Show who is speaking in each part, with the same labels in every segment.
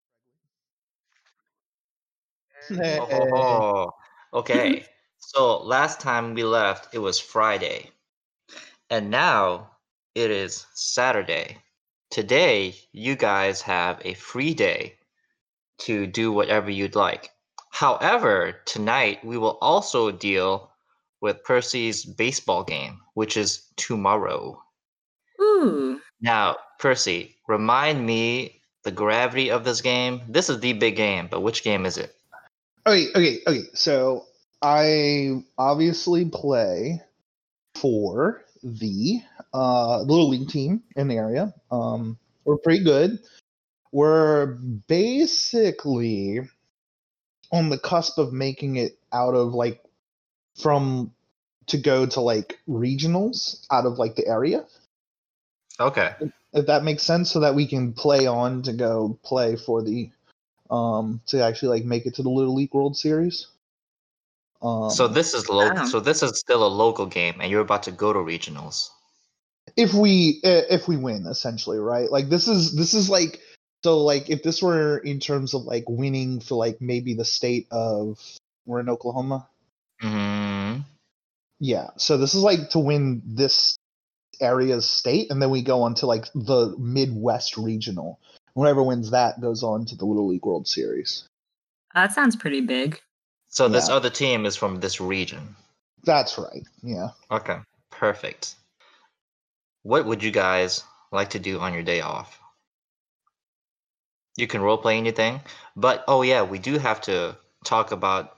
Speaker 1: Hey.
Speaker 2: Oh, okay. So last time we left, it was Friday, and now it is Saturday. Today, you guys have a free day to do whatever you'd like. However, tonight we will also deal with Percy's baseball game, which is tomorrow.
Speaker 3: Ooh.
Speaker 2: Now, Percy, remind me the gravity of this game. This is the big game, but which game is it?
Speaker 1: Okay, okay, okay. So I obviously play for the uh, little league team in the area. Um, we're pretty good. We're basically on the cusp of making it out of like from to go to like regionals out of like the area,
Speaker 2: Okay.
Speaker 1: if that makes sense, so that we can play on to go play for the um to actually like make it to the Little League World Series. Um,
Speaker 2: So this is lo-
Speaker 3: Wow.
Speaker 2: so this is still a local game, and you're about to go to regionals.
Speaker 1: if we i- if we win essentially right like this is this is like so like if this were in terms of like winning for like maybe the state of we're in oklahoma
Speaker 2: hmm
Speaker 1: yeah so this is like to win this area's state and then we go on to like the midwest regional whoever wins that goes on to the little league world series
Speaker 3: That sounds pretty big.
Speaker 2: So this
Speaker 1: Yeah.
Speaker 2: other team is from this region.
Speaker 1: that's right yeah
Speaker 2: Okay, perfect. What would you guys like to do on your day off? You can roleplay anything, but oh yeah, we do have to talk about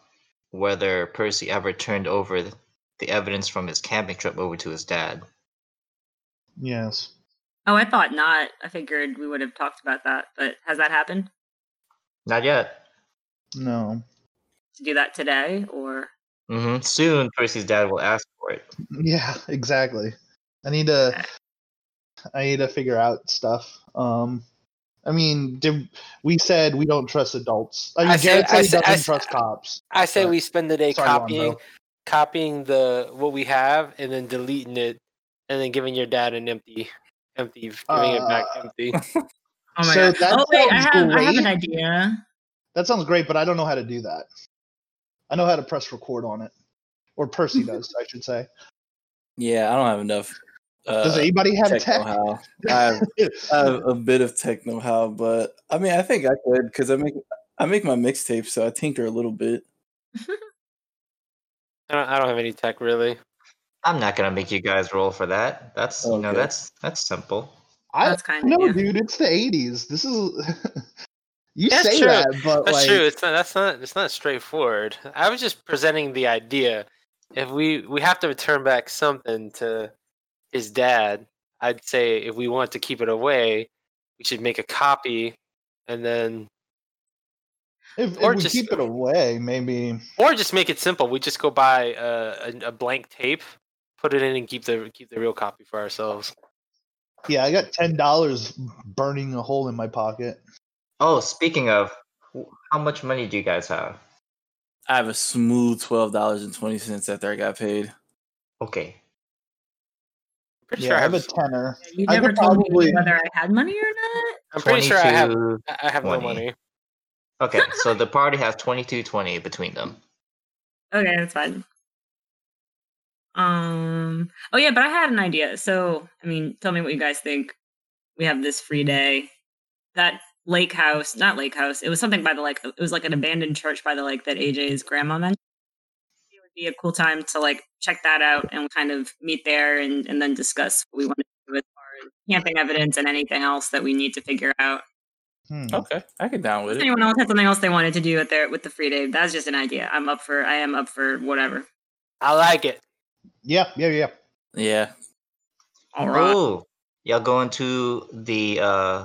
Speaker 2: whether Percy ever turned over th- the evidence from his camping trip over to his dad.
Speaker 1: yes
Speaker 3: Oh, I thought not. I figured we would have talked about that, but has that happened?
Speaker 2: Not yet.
Speaker 1: no
Speaker 3: To do that today, or
Speaker 2: hmm Soon, Percy's dad will ask for it.
Speaker 1: Yeah, exactly. I need to
Speaker 3: Okay.
Speaker 1: I need to figure out stuff. Um I mean, did, we said we don't trust adults. I mean,
Speaker 4: I said-
Speaker 1: Jared
Speaker 4: I
Speaker 1: said he
Speaker 4: said- I
Speaker 1: doesn't
Speaker 4: s-
Speaker 1: trust cops.
Speaker 4: I say
Speaker 1: Sorry.
Speaker 4: we spend the day
Speaker 1: Sorry, Lonzo.
Speaker 4: copying, copying the what we have, and then deleting it, and then giving your dad an empty, empty, giving it back
Speaker 1: Uh,
Speaker 4: empty.
Speaker 3: oh my
Speaker 1: So
Speaker 3: god!
Speaker 1: that
Speaker 3: oh wait, I
Speaker 1: sounds
Speaker 3: have I have
Speaker 1: great.
Speaker 3: an idea.
Speaker 1: That sounds great, but I don't know how to do that. I know how to press record on it, or Percy does, I should say.
Speaker 5: Yeah, I don't have enough. Uh,
Speaker 1: Does anybody have
Speaker 5: tech
Speaker 1: tech?
Speaker 5: know-how. I have, I have a bit of tech know-how, but I mean, I think I could because I make I make my mixtape, so I tinker a little bit.
Speaker 4: I don't, I don't have any tech really.
Speaker 2: I'm not gonna make you guys roll for that. That's you know
Speaker 5: Okay.
Speaker 2: that's that's simple.
Speaker 1: I
Speaker 3: That's kind of
Speaker 1: no,
Speaker 3: you.
Speaker 1: dude. It's the '80s. This is you
Speaker 4: That's
Speaker 1: say
Speaker 4: true.
Speaker 1: that, but
Speaker 4: That's
Speaker 1: like,
Speaker 4: true. It's not. That's not. It's not straightforward. I was just presenting the idea. If we we have to return back something to his dad, I'd say if we want to keep it away, we should make a copy, and then
Speaker 1: if, if
Speaker 4: or
Speaker 1: we
Speaker 4: just-
Speaker 1: keep it away, maybe.
Speaker 4: or just make it simple. We just go buy a, a, a blank tape, put it in, and keep the keep the real copy for ourselves.
Speaker 1: Yeah, I got ten dollars burning a hole in my pocket.
Speaker 2: Oh, speaking of, wh- how much money do you guys have?
Speaker 5: I have a smooth twelve dollars and twenty cents after I got paid.
Speaker 2: Okay.
Speaker 4: Pretty
Speaker 1: yeah,
Speaker 4: sure
Speaker 1: I
Speaker 4: I
Speaker 1: have a
Speaker 4: have.
Speaker 1: tenor.
Speaker 3: You
Speaker 1: I
Speaker 3: never
Speaker 1: could
Speaker 3: told
Speaker 1: probably-
Speaker 3: me whether I had money or not.
Speaker 4: I'm pretty sure I have.
Speaker 2: 22
Speaker 4: I I have no
Speaker 2: 20.
Speaker 4: money.
Speaker 2: Okay, so the party has 2220 between them.
Speaker 3: Okay, that's fine. Um. Oh yeah, but I had an idea. So I mean, tell me what you guys think. We have this free day. That lake house, not lake house. It was something by the like. It was like an abandoned church by the lake that AJ's grandma mentioned. It would be a cool time to like check that out and kind of meet there and and then discuss what we want to do as far as camping evidence and anything else that we need to figure out.
Speaker 1: Hmm.
Speaker 4: Oh.
Speaker 5: Okay, I can down with
Speaker 3: If
Speaker 5: it.
Speaker 3: anyone else had something else they wanted to do at their with the free day, that's just an idea. I'm up for. I am up for whatever.
Speaker 4: I like it.
Speaker 1: Yeah, yeah, yeah.
Speaker 5: Yeah,
Speaker 3: All
Speaker 2: Oh, y'all going to the uh,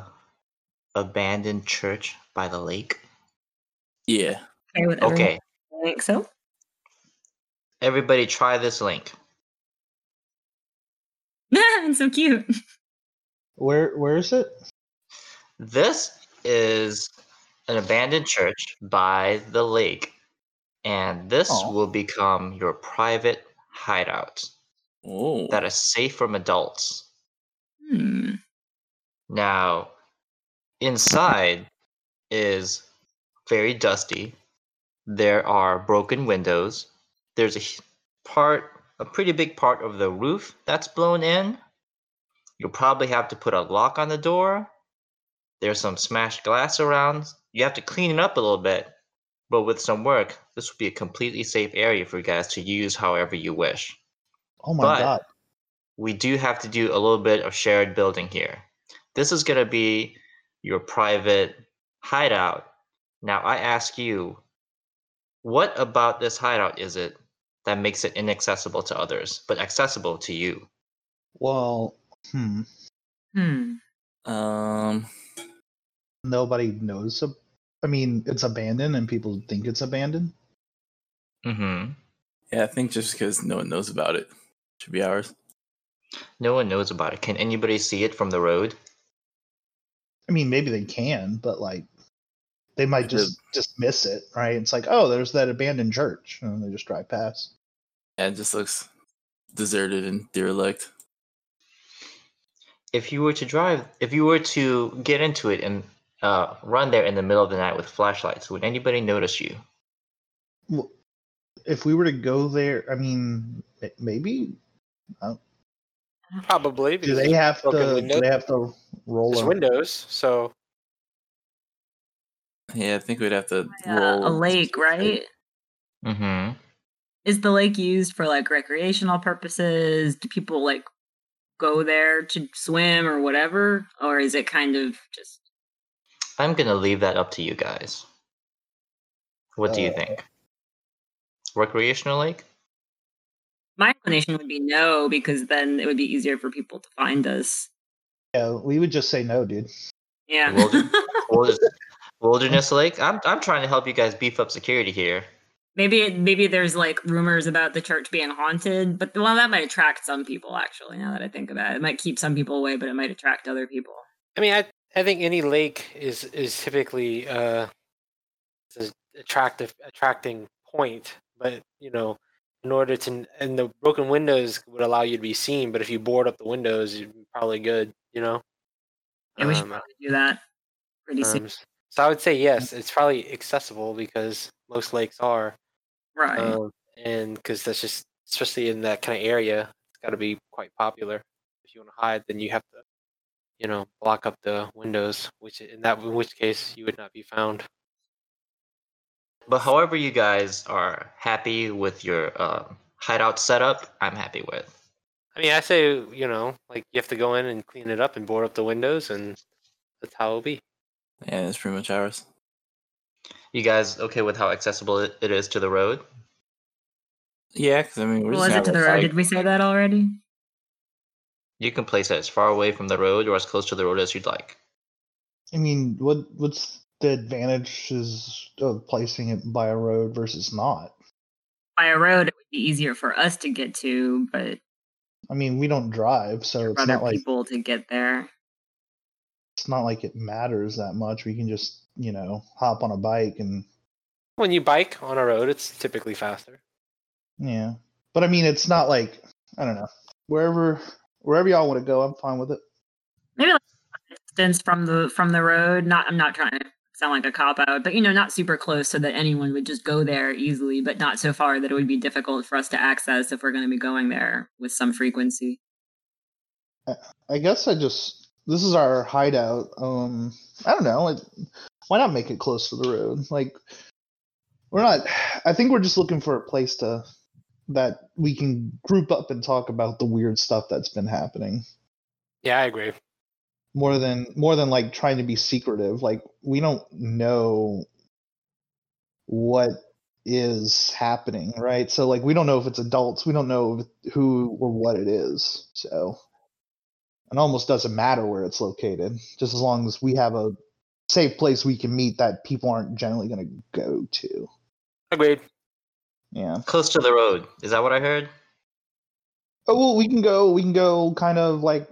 Speaker 2: abandoned church by the lake?
Speaker 5: yeah.
Speaker 3: Okay. With everyone.
Speaker 2: Okay,
Speaker 3: I think so.
Speaker 2: everybody try this link.
Speaker 3: it's so cute.
Speaker 1: Where where is it?
Speaker 2: This is an abandoned church by the lake, and this
Speaker 1: Aw.
Speaker 2: will become your private hideout
Speaker 5: Oh,
Speaker 2: that is safe from adults.
Speaker 3: Hmm.
Speaker 2: Now, inside is very dusty. There are broken windows. There's a h- part, a pretty big part of the roof that's blown in. You'll probably have to put a lock on the door. There's some smashed glass around. You have to clean it up a little bit. But with some work, this would be a completely safe area for you guys to use however you wish
Speaker 1: Oh my
Speaker 2: But-
Speaker 1: god.
Speaker 2: we do have to do a little bit of shared building here. This is going to be your private hideout. Now, I ask you, what about this hideout is it that makes it inaccessible to others, but accessible to you?
Speaker 1: Well, hmm.
Speaker 3: Hmm.
Speaker 5: Um,
Speaker 1: Nobody knows. ab- I mean, it's abandoned and people think it's abandoned.
Speaker 2: Mm-hmm.
Speaker 5: yeah, I think just because no one knows about it should be ours.
Speaker 2: No one knows about it. Can anybody see it from the road?
Speaker 1: I mean, maybe they can, but like, they might
Speaker 5: It
Speaker 1: just dismiss it, right? It's like, oh, there's that abandoned church, and they just drive past.
Speaker 5: Yeah, it just looks deserted and derelict.
Speaker 2: If you were to drive, if you were to get into it and uh, run there in the middle of the night with flashlights, would anybody notice you?
Speaker 1: Well, if we were to go there, I mean, m- maybe
Speaker 4: Probably.
Speaker 1: do
Speaker 4: because
Speaker 1: they have
Speaker 4: broken
Speaker 1: to? Do
Speaker 4: window?
Speaker 1: they have to roll
Speaker 4: It's
Speaker 1: a
Speaker 4: windows, so
Speaker 5: Yeah, I think we'd have to
Speaker 3: Yeah,
Speaker 5: roll
Speaker 3: a lake, right?
Speaker 2: Mm-hmm.
Speaker 3: Is the lake used for like recreational purposes? Do people like go there to swim or whatever? Or is it kind of just
Speaker 2: I'm gonna leave that up to you guys. What do you
Speaker 1: Uh,
Speaker 2: think? Recreational lake?
Speaker 3: my inclination would be no, because then it would be easier for people to find us.
Speaker 1: Yeah, we would just say no, dude.
Speaker 3: Yeah.
Speaker 2: Well, Wilderness, wilderness lake? I'm I'm trying to help you guys beef up security here.
Speaker 3: maybe it, maybe there's like rumors about the church being haunted, but well, that might attract some people actually. Now that I think about it, it might keep some people away, but it might attract other people.
Speaker 4: I mean, I I think any lake is is typically uh, is attractive attracting point, but you know, in order to and the broken windows would allow you to be seen, but if you board up the windows, you're probably good, you know.
Speaker 3: Yeah, we should
Speaker 4: Um,
Speaker 3: probably do that pretty soon,
Speaker 4: um, so I would say yes, it's probably accessible because most lakes are,
Speaker 3: right?
Speaker 4: um, and because that's just especially in that kind of area, it's got to be quite popular. If you want to hide, then you have to, you know, block up the windows, which in that in which case you would not be found.
Speaker 2: But however you guys are happy with your um hideout setup, I'm happy with.
Speaker 4: I mean, I say you know, like you have to go in and clean it up and board up the windows, and that's how it'll be.
Speaker 5: Yeah, it's pretty much ours.
Speaker 2: You guys okay with how accessible it it is to the road?
Speaker 5: Yeah, because I mean, we're
Speaker 3: Well, is
Speaker 5: just
Speaker 3: it to
Speaker 5: gonna
Speaker 3: the
Speaker 5: have
Speaker 3: road?
Speaker 5: a
Speaker 3: Did we say that already?
Speaker 2: You can place it as far away from the road or as close to the road as you'd like.
Speaker 1: I mean, what what's the advantages of placing it by a road versus not?
Speaker 3: By a road, it would be easier for us to get to, but
Speaker 1: I mean, we don't drive, so
Speaker 3: for
Speaker 1: it's
Speaker 3: other
Speaker 1: not like
Speaker 3: people to get there.
Speaker 1: it's not like it matters that much. We can just, you know, hop on a bike and
Speaker 4: When you bike on a road, it's typically faster.
Speaker 1: yeah. But I mean, it's not like I don't know. Wherever wherever y'all want to go, I'm fine with it.
Speaker 3: Maybe like distance from the from the road. Not I'm not trying to sound like a cop out, but you know, not super close so that anyone would just go there easily, but not so far that it would be difficult for us to access if we're going to be going there with some frequency.
Speaker 1: I guess I just this is our hideout. Um, I don't know. Like, why not make it close to the road? Like, we're not. I think we're just looking for a place to that we can group up and talk about the weird stuff that's been happening
Speaker 4: Yeah, I agree.
Speaker 1: more than more than like trying to be secretive. Like, we don't know what is happening, right? So like, we don't know if it's adults. We don't know who or what it is. So it almost doesn't matter where it's located, just as long as we have a safe place we can meet that people aren't generally going to go to.
Speaker 4: Agreed.
Speaker 1: Yeah.
Speaker 2: Close to the road. Is that what I heard?
Speaker 1: Oh well, we can go. We can go kind of like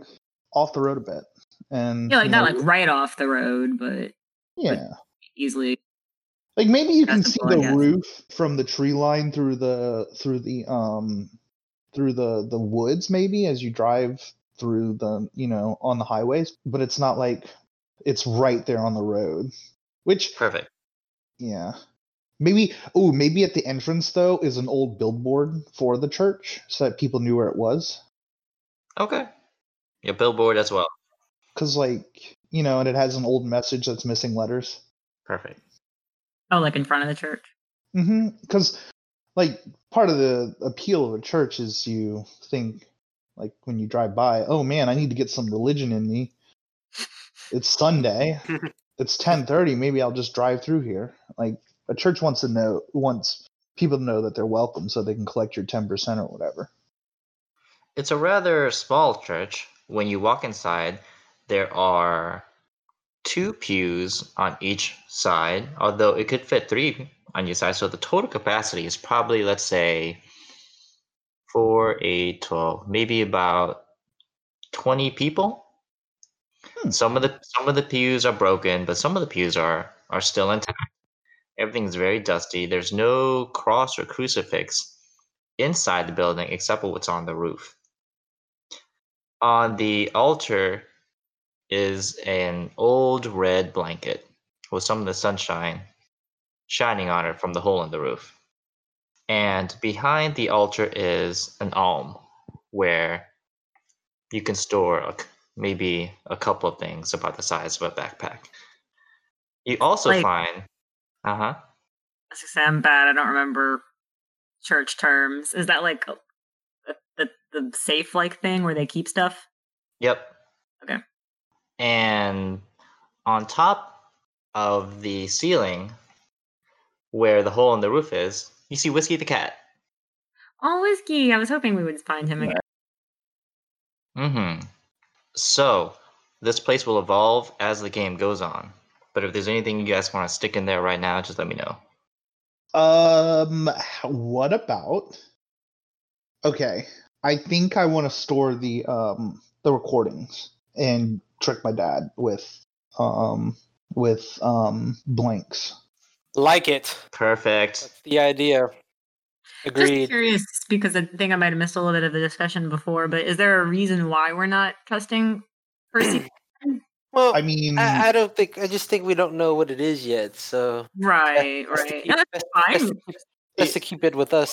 Speaker 1: off the road a bit, and
Speaker 3: Yeah, like
Speaker 1: you
Speaker 3: not
Speaker 1: know,
Speaker 3: like right off the road, but
Speaker 1: yeah,
Speaker 3: easily.
Speaker 1: like maybe you can see
Speaker 3: accessible, I
Speaker 1: the
Speaker 3: guess.
Speaker 1: roof from the tree line through the through the um through the the woods maybe as you drive through the you know on the highways, but it's not like it's right there on the road, which
Speaker 2: Perfect.
Speaker 1: Yeah. Maybe oh, maybe at the entrance though is an old billboard for the church so that people knew where it was.
Speaker 2: Okay. Yeah, billboard as well.
Speaker 1: Cause like you know, and it has an old message that's missing letters.
Speaker 2: Perfect.
Speaker 3: Oh, like in front of the church.
Speaker 1: Mm-hmm. Because like part of the appeal of a church is you think like when you drive by, oh man, I need to get some religion in me. It's Sunday. it's ten thirty. Maybe I'll just drive through here. Like a church wants to know wants people to know that they're welcome so they can collect your 10% or whatever
Speaker 2: It's a rather small church. When you walk inside, there are two pews on each side, although it could fit three on each side. So the total capacity is probably, let's say, 4, 8, 12, maybe about 20 people.
Speaker 1: Hmm.
Speaker 2: Some of the some of the pews are broken, but some of the pews are are still intact. Everything's very dusty. There's no cross or crucifix inside the building except for what's on the roof. On the altar is an old red blanket with some of the sunshine shining on it from the hole in the roof. And behind the altar is an alm where you can store a c maybe a couple of things about the size of a backpack. You also
Speaker 3: Like-
Speaker 2: find, uh huh.
Speaker 3: I was gonna say I'm bad. I don't remember church terms. Is that like the the, the safe like thing where they keep stuff?
Speaker 2: Yep.
Speaker 3: Okay.
Speaker 2: And on top of the ceiling, where the hole in the roof is, you see Whiskey the cat.
Speaker 3: Oh, whiskey. I was hoping we would find him again.
Speaker 2: Mm-hmm. So this place will evolve as the game goes on. But if there's anything you guys want to stick in there right now, just let me know.
Speaker 1: um h- what about okay i think i want to store the um the recordings and trick my dad with um with um blanks
Speaker 4: Like it.
Speaker 2: Perfect.
Speaker 4: That's the idea.
Speaker 3: Just
Speaker 4: Agreed.
Speaker 3: curious because I think I might have missed a little bit of the discussion before, but is there a reason why we're not trusting Percy?
Speaker 4: Well,
Speaker 1: i
Speaker 4: I,
Speaker 1: mean
Speaker 4: I, don't think. I just think we don't know what it is yet. So
Speaker 3: right,
Speaker 4: best to
Speaker 3: right.
Speaker 4: keep-
Speaker 3: No, that's
Speaker 4: best- best
Speaker 3: fine.
Speaker 4: to keep- best to keep it with us.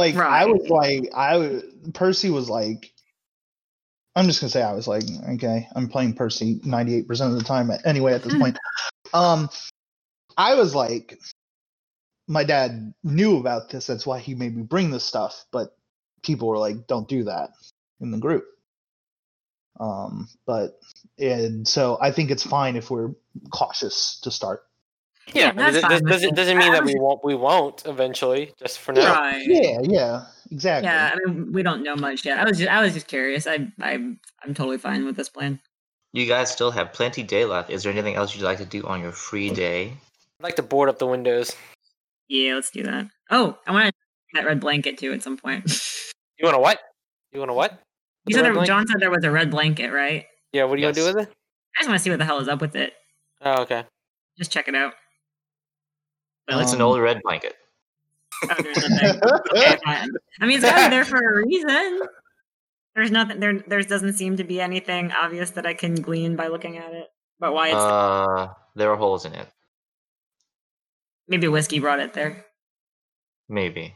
Speaker 1: like I was
Speaker 3: Right.
Speaker 1: like I w- Percy was like I'm just gonna say I was like okay I'm playing Percy 98 percent of the time anyway at this point um I was like my dad knew about this that's why he made me bring this stuff but people were like don't do that in the group um but and so I think it's fine if we're cautious to start
Speaker 3: Yeah,
Speaker 4: I mean,
Speaker 3: that's
Speaker 4: th-
Speaker 3: fine
Speaker 4: th-
Speaker 3: with
Speaker 4: doesn't
Speaker 3: me.
Speaker 4: doesn't mean
Speaker 3: I
Speaker 4: that
Speaker 3: was-
Speaker 4: we won't we won't eventually. Just for now.
Speaker 3: Right.
Speaker 1: yeah yeah exactly
Speaker 3: Yeah, I mean, we don't know much yet. I was just, I was just curious. I, I, I'm totally fine with this plan.
Speaker 2: You guys still have plenty day left. Is there anything else you'd like to do on your free day?
Speaker 4: I'd like to board up the windows.
Speaker 3: Yeah, let's do that. Oh, I want to that red blanket too at some point.
Speaker 4: You want to what? You want to what?
Speaker 3: you
Speaker 4: The
Speaker 3: said
Speaker 4: red
Speaker 3: there,
Speaker 4: blanket?
Speaker 3: John said there was a red blanket, right?
Speaker 4: Yeah. What are you
Speaker 2: Yes.
Speaker 4: gonna do with it?
Speaker 3: I just want to see what the hell is up with it.
Speaker 4: Oh, okay.
Speaker 3: Just check it out. But
Speaker 2: It's
Speaker 3: let's
Speaker 2: an
Speaker 1: Um,
Speaker 2: old red blanket.
Speaker 3: oh, there's nothing. Okay, fine. I mean, it's got to be there for a reason. There's nothing. There, there doesn't seem to be anything obvious that I can glean by looking at it. But why it's
Speaker 2: Uh, there are holes in it.
Speaker 3: maybe whiskey brought it there.
Speaker 2: Maybe.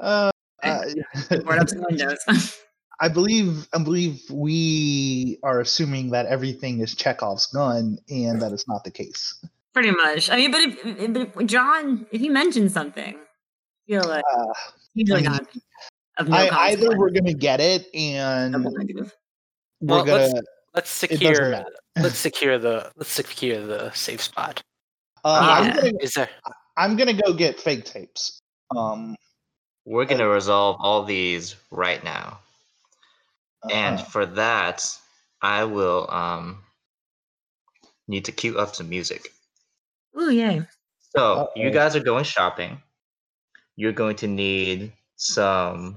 Speaker 1: uh, uh,
Speaker 3: Board up some windows.
Speaker 1: I believe I believe we are assuming that everything is Chekhov's gun, and that is not the case.
Speaker 3: Pretty much. I mean, but if, if- but if John, if he mentioned something, I feel like
Speaker 1: Uh,
Speaker 3: he's really
Speaker 1: I
Speaker 4: Mm.
Speaker 1: mean,
Speaker 3: not of no
Speaker 1: I,
Speaker 3: consequence.
Speaker 1: either we're gonna get it, and
Speaker 3: Double negative.
Speaker 1: we're
Speaker 4: Well, let's-
Speaker 1: gonna.
Speaker 4: Let's
Speaker 1: It doesn't
Speaker 4: secure.
Speaker 1: matter.
Speaker 4: Let's secure the. Let's secure the safe spot.
Speaker 1: Uh,
Speaker 3: Yeah.
Speaker 1: I'm, gonna,
Speaker 4: Is there?
Speaker 1: I'm gonna go get fake tapes. Um,
Speaker 2: We're gonna resolve all these right now. And
Speaker 1: uh,
Speaker 2: for that, I will um need to cue up some music.
Speaker 3: Ooh, yay.
Speaker 2: So
Speaker 1: Uh-oh.
Speaker 2: you guys are going shopping. You're going to need some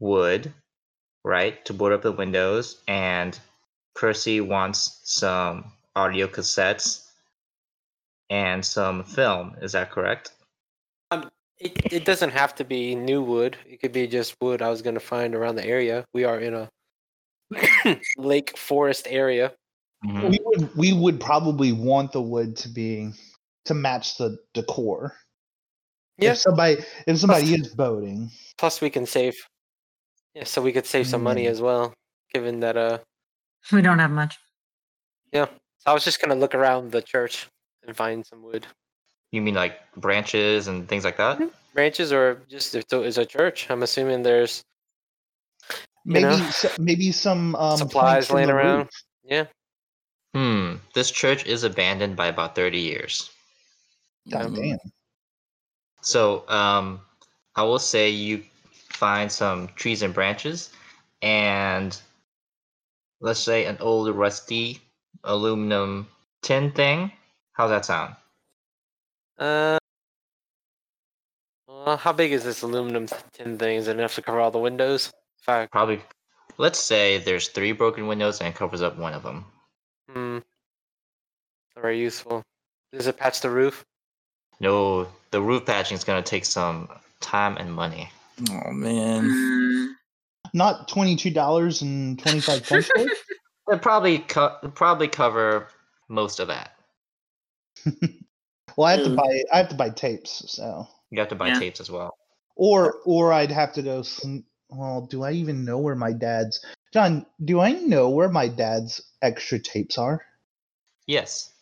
Speaker 2: wood, right, to board up the windows. And Percy wants some audio cassettes and some film. Is that correct?
Speaker 4: It, it doesn't have to be new wood. It could be just wood I was gonna find around the area. We are in a lake forest area.
Speaker 1: uh, Mm-hmm. we would we would probably want the wood to be to match the decor.
Speaker 4: Yeah.
Speaker 1: If somebody if somebody is voting,
Speaker 4: Plus, we can save. Yeah, so we could save some money
Speaker 1: Mm.
Speaker 4: as well, given that. Uh,
Speaker 3: We don't have much.
Speaker 4: so I was just gonna look around the church and find some wood,
Speaker 2: You mean like branches and things like that?
Speaker 4: branches, or just if there is a church. I'm assuming there's
Speaker 1: maybe
Speaker 4: know?
Speaker 1: so- maybe some um, planks
Speaker 4: supplies
Speaker 1: from
Speaker 4: laying
Speaker 1: the
Speaker 4: around.
Speaker 1: roof.
Speaker 4: Yeah.
Speaker 2: Hmm. This church is abandoned by about 30 years.
Speaker 1: God
Speaker 4: Um,
Speaker 1: damn.
Speaker 2: So um, I will say you find some trees and branches, and let's say an old rusty aluminum tin thing. How's that sound?
Speaker 4: Uh, well, how big is this aluminum th- tin thing? Is it enough to cover all the windows? If I,
Speaker 2: Probably. Let's say there's three broken windows and it covers up one of them.
Speaker 4: hmm, very useful. Does it patch the roof?
Speaker 2: No, the roof patching is gonna take some time and money.
Speaker 5: Oh man.
Speaker 1: Not twenty two dollars and twenty five cents.
Speaker 2: It probably co- it'll probably cover most of that.
Speaker 1: well, I have to
Speaker 4: Hmm.
Speaker 3: Mm.
Speaker 1: buy I have to buy tapes. So
Speaker 2: You have to buy
Speaker 3: Yeah.
Speaker 2: tapes as well.
Speaker 1: or or I'd have to go. sn- Well, do I even know where my dad's John? Do I know where my dad's extra tapes are?
Speaker 2: Yes.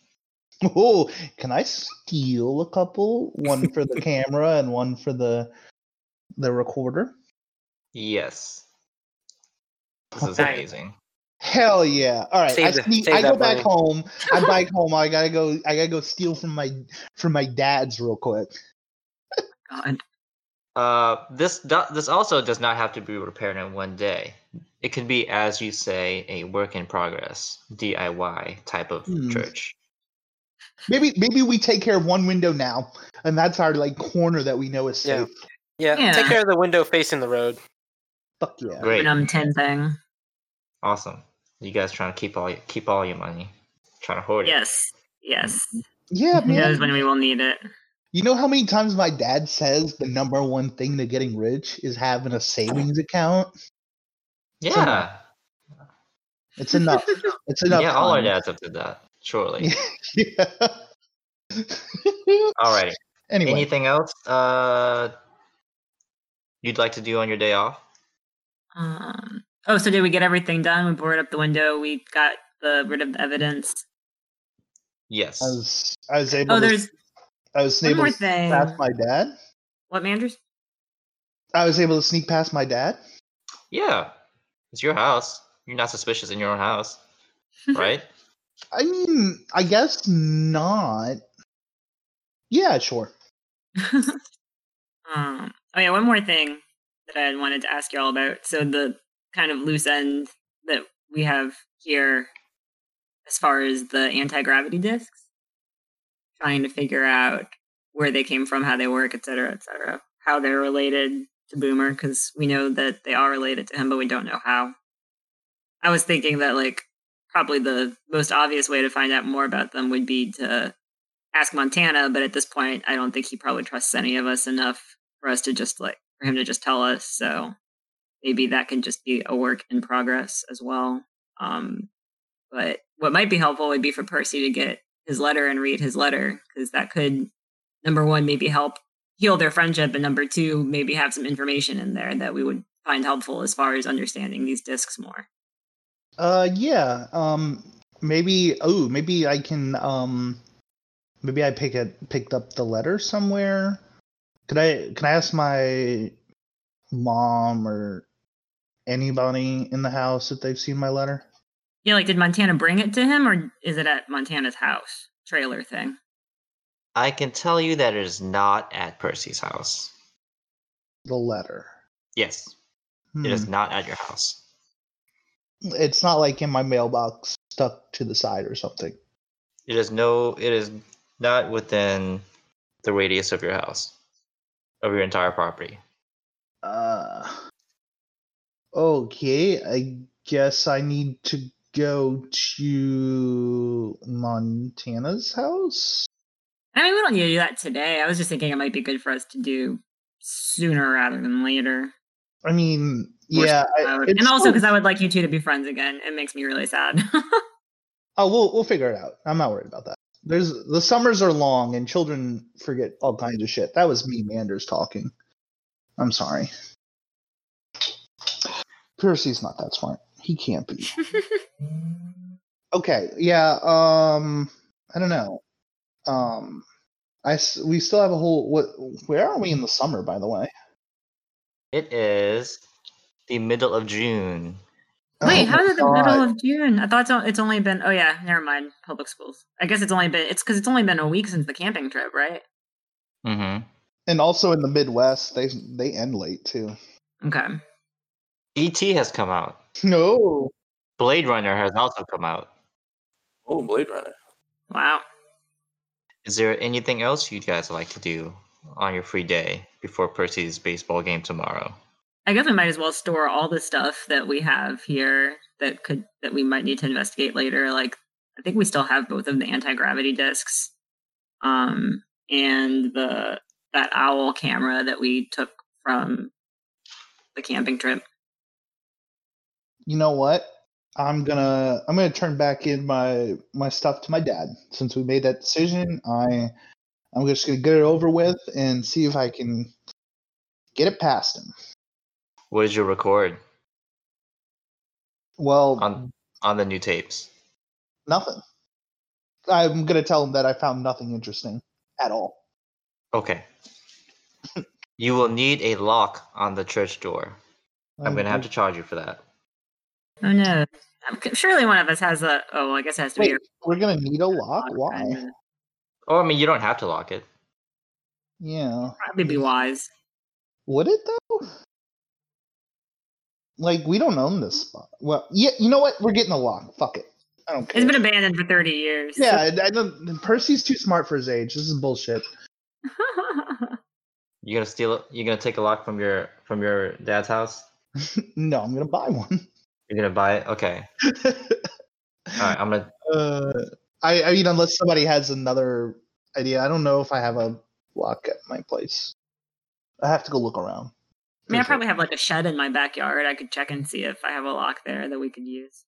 Speaker 1: Oh, can I steal a couple? One for the camera and one for the the recorder.
Speaker 2: Yes. This is
Speaker 4: Nice.
Speaker 2: amazing.
Speaker 1: Hell yeah! All right, I,
Speaker 4: Save the-
Speaker 1: sneak,
Speaker 4: save
Speaker 1: I go
Speaker 4: that
Speaker 1: back
Speaker 4: money.
Speaker 1: home. I bike home. I gotta go. I gotta go steal from my from my dad's real quick.
Speaker 3: God.
Speaker 2: Uh, this do- this also does not have to be repaired in one day. It can be, as you say, a work in progress DIY type of
Speaker 1: Hmm.
Speaker 2: church.
Speaker 1: Maybe maybe we take care of one window now, and that's our like corner that we know is
Speaker 4: Yeah.
Speaker 1: safe.
Speaker 4: Yeah, take
Speaker 3: Yeah.
Speaker 4: care of the window facing the road.
Speaker 1: Fuck yeah!
Speaker 2: Great,
Speaker 3: Aluminum tin thing.
Speaker 2: awesome. You guys trying to keep all y- keep all your money, trying to hoard it.
Speaker 3: Yes. Yes.
Speaker 1: Yeah,
Speaker 3: Who knows
Speaker 1: man.
Speaker 3: when we will need it?
Speaker 1: You know how many times my dad says the number one thing to getting rich is having a savings account? So no.
Speaker 2: Yeah,
Speaker 1: It's enough. It's enough.
Speaker 2: yeah. All our
Speaker 1: time.
Speaker 2: dads have did that. Surely.
Speaker 1: Yeah.
Speaker 2: all right.
Speaker 1: Anyway,
Speaker 2: Anything else? Uh, you'd like to do on your day off?
Speaker 3: Um, oh, so did we get everything done? We boarded up the window. We got the rid of the evidence.
Speaker 2: Yes.
Speaker 1: I was I was able
Speaker 3: Oh,
Speaker 1: to
Speaker 3: there's
Speaker 1: I was
Speaker 3: one
Speaker 1: able
Speaker 3: more
Speaker 1: to sneak past
Speaker 3: thing.
Speaker 1: my dad.
Speaker 3: What, Manders?
Speaker 1: I was able to sneak past my dad.
Speaker 2: Yeah. It's your house. You're not suspicious in your own house, right?
Speaker 1: I mean, I guess not. Yeah, sure.
Speaker 3: um, oh yeah, one more thing that I had wanted to ask you all about. So the kind of loose end that we have here, as far as the anti gravity discs, trying to figure out where they came from, how they work, et cetera, et cetera, how they're related to Boomer, because we know that they are related to him, but we don't know how. I was thinking that like probably the most obvious way to find out more about them would be to ask Montana, but at this point, I don't think he probably trusts any of us enough for us to just like for him to just tell us. So maybe that can just be a work in progress as well. Um, but what might be helpful would be for Percy to get his letter and read his letter because that could number one maybe help heal their friendship, and number two maybe have some information in there that we would find helpful as far as understanding these discs more.
Speaker 1: Uh, yeah. Um, maybe. Oh, maybe I can. Um, maybe I pick it picked up the letter somewhere. Could I? Can I ask my mom or anybody in the house if they've seen my letter?
Speaker 3: Yeah, like did Montana bring it to him, or is it at Montana's house trailer thing?
Speaker 2: I can tell you that it is not at Percy's house.
Speaker 1: The letter.
Speaker 2: Yes,
Speaker 1: Hmm.
Speaker 2: it is not at your house.
Speaker 1: It's not like in my mailbox stuck to the side or something.
Speaker 2: It is no. It is not within the radius of your house, of your entire property.
Speaker 1: Uh. Okay, I guess I need to go to Montana's house.
Speaker 3: I mean, we don't need to do that today. I was just thinking it might be good for us to do sooner rather than later.
Speaker 1: I mean,
Speaker 3: Or
Speaker 1: yeah, I-
Speaker 3: something out.
Speaker 1: it's
Speaker 3: and also
Speaker 1: still-
Speaker 3: because I would like you two to be friends again. It makes me really sad.
Speaker 1: oh, we'll we'll figure it out. I'm not worried about that. There's the summers are long and children forget all kinds of shit. That was me, Manders, talking. I'm sorry. Percy's not that smart. He can't be. okay, yeah. Um, I don't know. Um, I s- we still have a whole. What? Where are we in the summer, by the way?
Speaker 2: It is the middle of June.
Speaker 3: Wait,
Speaker 1: Oh
Speaker 3: how
Speaker 1: my
Speaker 3: is it the
Speaker 1: God.
Speaker 3: middle of June? I thought it's, o- it's only been. Oh yeah, never mind. Public schools. I guess it's only been. It's because it's only been a week since the camping trip, right?
Speaker 2: Mm-hmm.
Speaker 1: And also in the Midwest, they they end late too.
Speaker 3: Okay.
Speaker 2: ET E has come out.
Speaker 1: No.
Speaker 2: Blade Runner has also come out.
Speaker 5: Oh, Blade Runner.
Speaker 3: Wow.
Speaker 2: Is there anything else you guys like to do on your free day before Percy's baseball game tomorrow?
Speaker 3: I guess we might as well store all the stuff that we have here that could that we might need to investigate later. Like I think we still have both of the anti gravity discs, um, and the that owl camera that we took from the camping trip.
Speaker 1: You know what? I'm gonna I'm gonna turn back in my my stuff to my dad since we made that decision. I I'm just gonna get it over with and see if I can get it past him.
Speaker 2: What did you record
Speaker 1: Well,
Speaker 2: On- on the new tapes?
Speaker 1: nothing. I'm gonna tell him that I found nothing interesting at all.
Speaker 2: Okay. you will need a lock on the church door. I'm gonna have to charge you for that.
Speaker 3: Oh no! I'm, surely one of us has a. Oh, well, I guess it has to
Speaker 1: Wait,
Speaker 3: be. our
Speaker 1: we're gonna need a lock. Why?
Speaker 3: friend.
Speaker 2: Or Oh, I mean, you don't have to lock it.
Speaker 1: Yeah.
Speaker 3: Probably be wise.
Speaker 1: Would it though? Like we don't own this spot. Well, yeah. You know what? We're getting a lock. Fuck it. I don't care.
Speaker 3: It's been abandoned for thirty years.
Speaker 1: yeah, I- I don't. Percy's too smart for his age. This is bullshit.
Speaker 2: You're gonna steal it. You're gonna take a lock from your from your dad's house.
Speaker 1: No, I'm gonna buy one.
Speaker 2: You're gonna buy it. Okay. All right. I'm gonna.
Speaker 1: uh, I, I mean, unless somebody has another idea, I don't know if I have a lock at my place. I have to go look around.
Speaker 3: I mean, I probably have like a shed in my backyard. I could check and see if I have a lock there that we could use.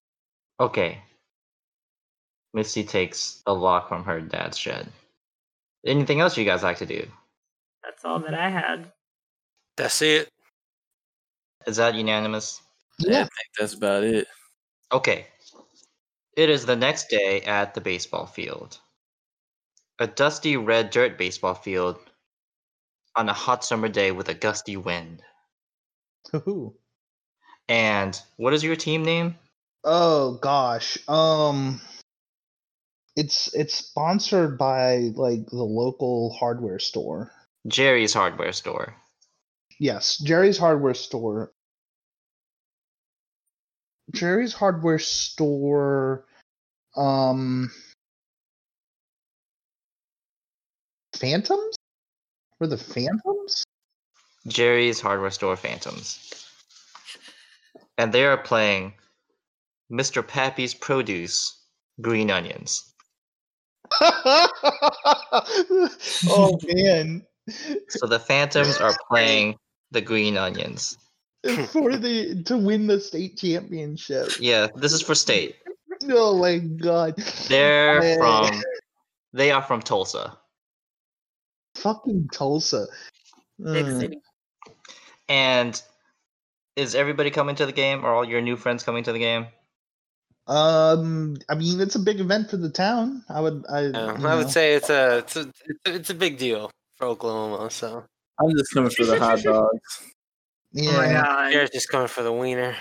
Speaker 2: Okay. Misty takes a lock from her dad's shed. Anything else you guys like to do?
Speaker 3: That's all that I had.
Speaker 4: That's it.
Speaker 2: Is that unanimous?
Speaker 5: Yeah, I
Speaker 1: Yeah.
Speaker 5: think that's about it.
Speaker 2: Okay. It is the next day at the baseball field. A dusty red dirt baseball field on a hot summer day with a gusty wind.
Speaker 1: Hoo-hoo.
Speaker 2: And what is your team name?
Speaker 1: Oh gosh. Um it's it's sponsored by like the local hardware store.
Speaker 2: Jerry's Hardware Store.
Speaker 1: Yes, Jerry's hardware store. Jerry's hardware store um Phantoms? Were the Phantoms?
Speaker 2: Jerry's Hardware Store Phantoms. And they are playing Mr. Pappy's Produce Green Onions.
Speaker 1: oh man.
Speaker 2: So the Phantoms are playing the Green Onions.
Speaker 1: For the to win the state championship.
Speaker 2: Yeah, this is for state.
Speaker 1: Oh my god.
Speaker 2: They're
Speaker 1: Yeah.
Speaker 2: from they are from Tulsa.
Speaker 1: fucking Tulsa. Hmm.
Speaker 3: Big
Speaker 1: Ugh.
Speaker 3: city.
Speaker 2: And is everybody coming to the game? Are all your new friends coming to the game?
Speaker 1: Um, I mean, it's a big event for the town. I would, I,
Speaker 4: Yeah,
Speaker 1: you
Speaker 4: Um, I
Speaker 1: know.
Speaker 4: would say it's a it's a, it's a it's a big deal for Oklahoma. So
Speaker 5: I'm just coming for the hot dogs.
Speaker 1: yeah.
Speaker 3: Oh my god.
Speaker 4: Jared's just coming for the wiener.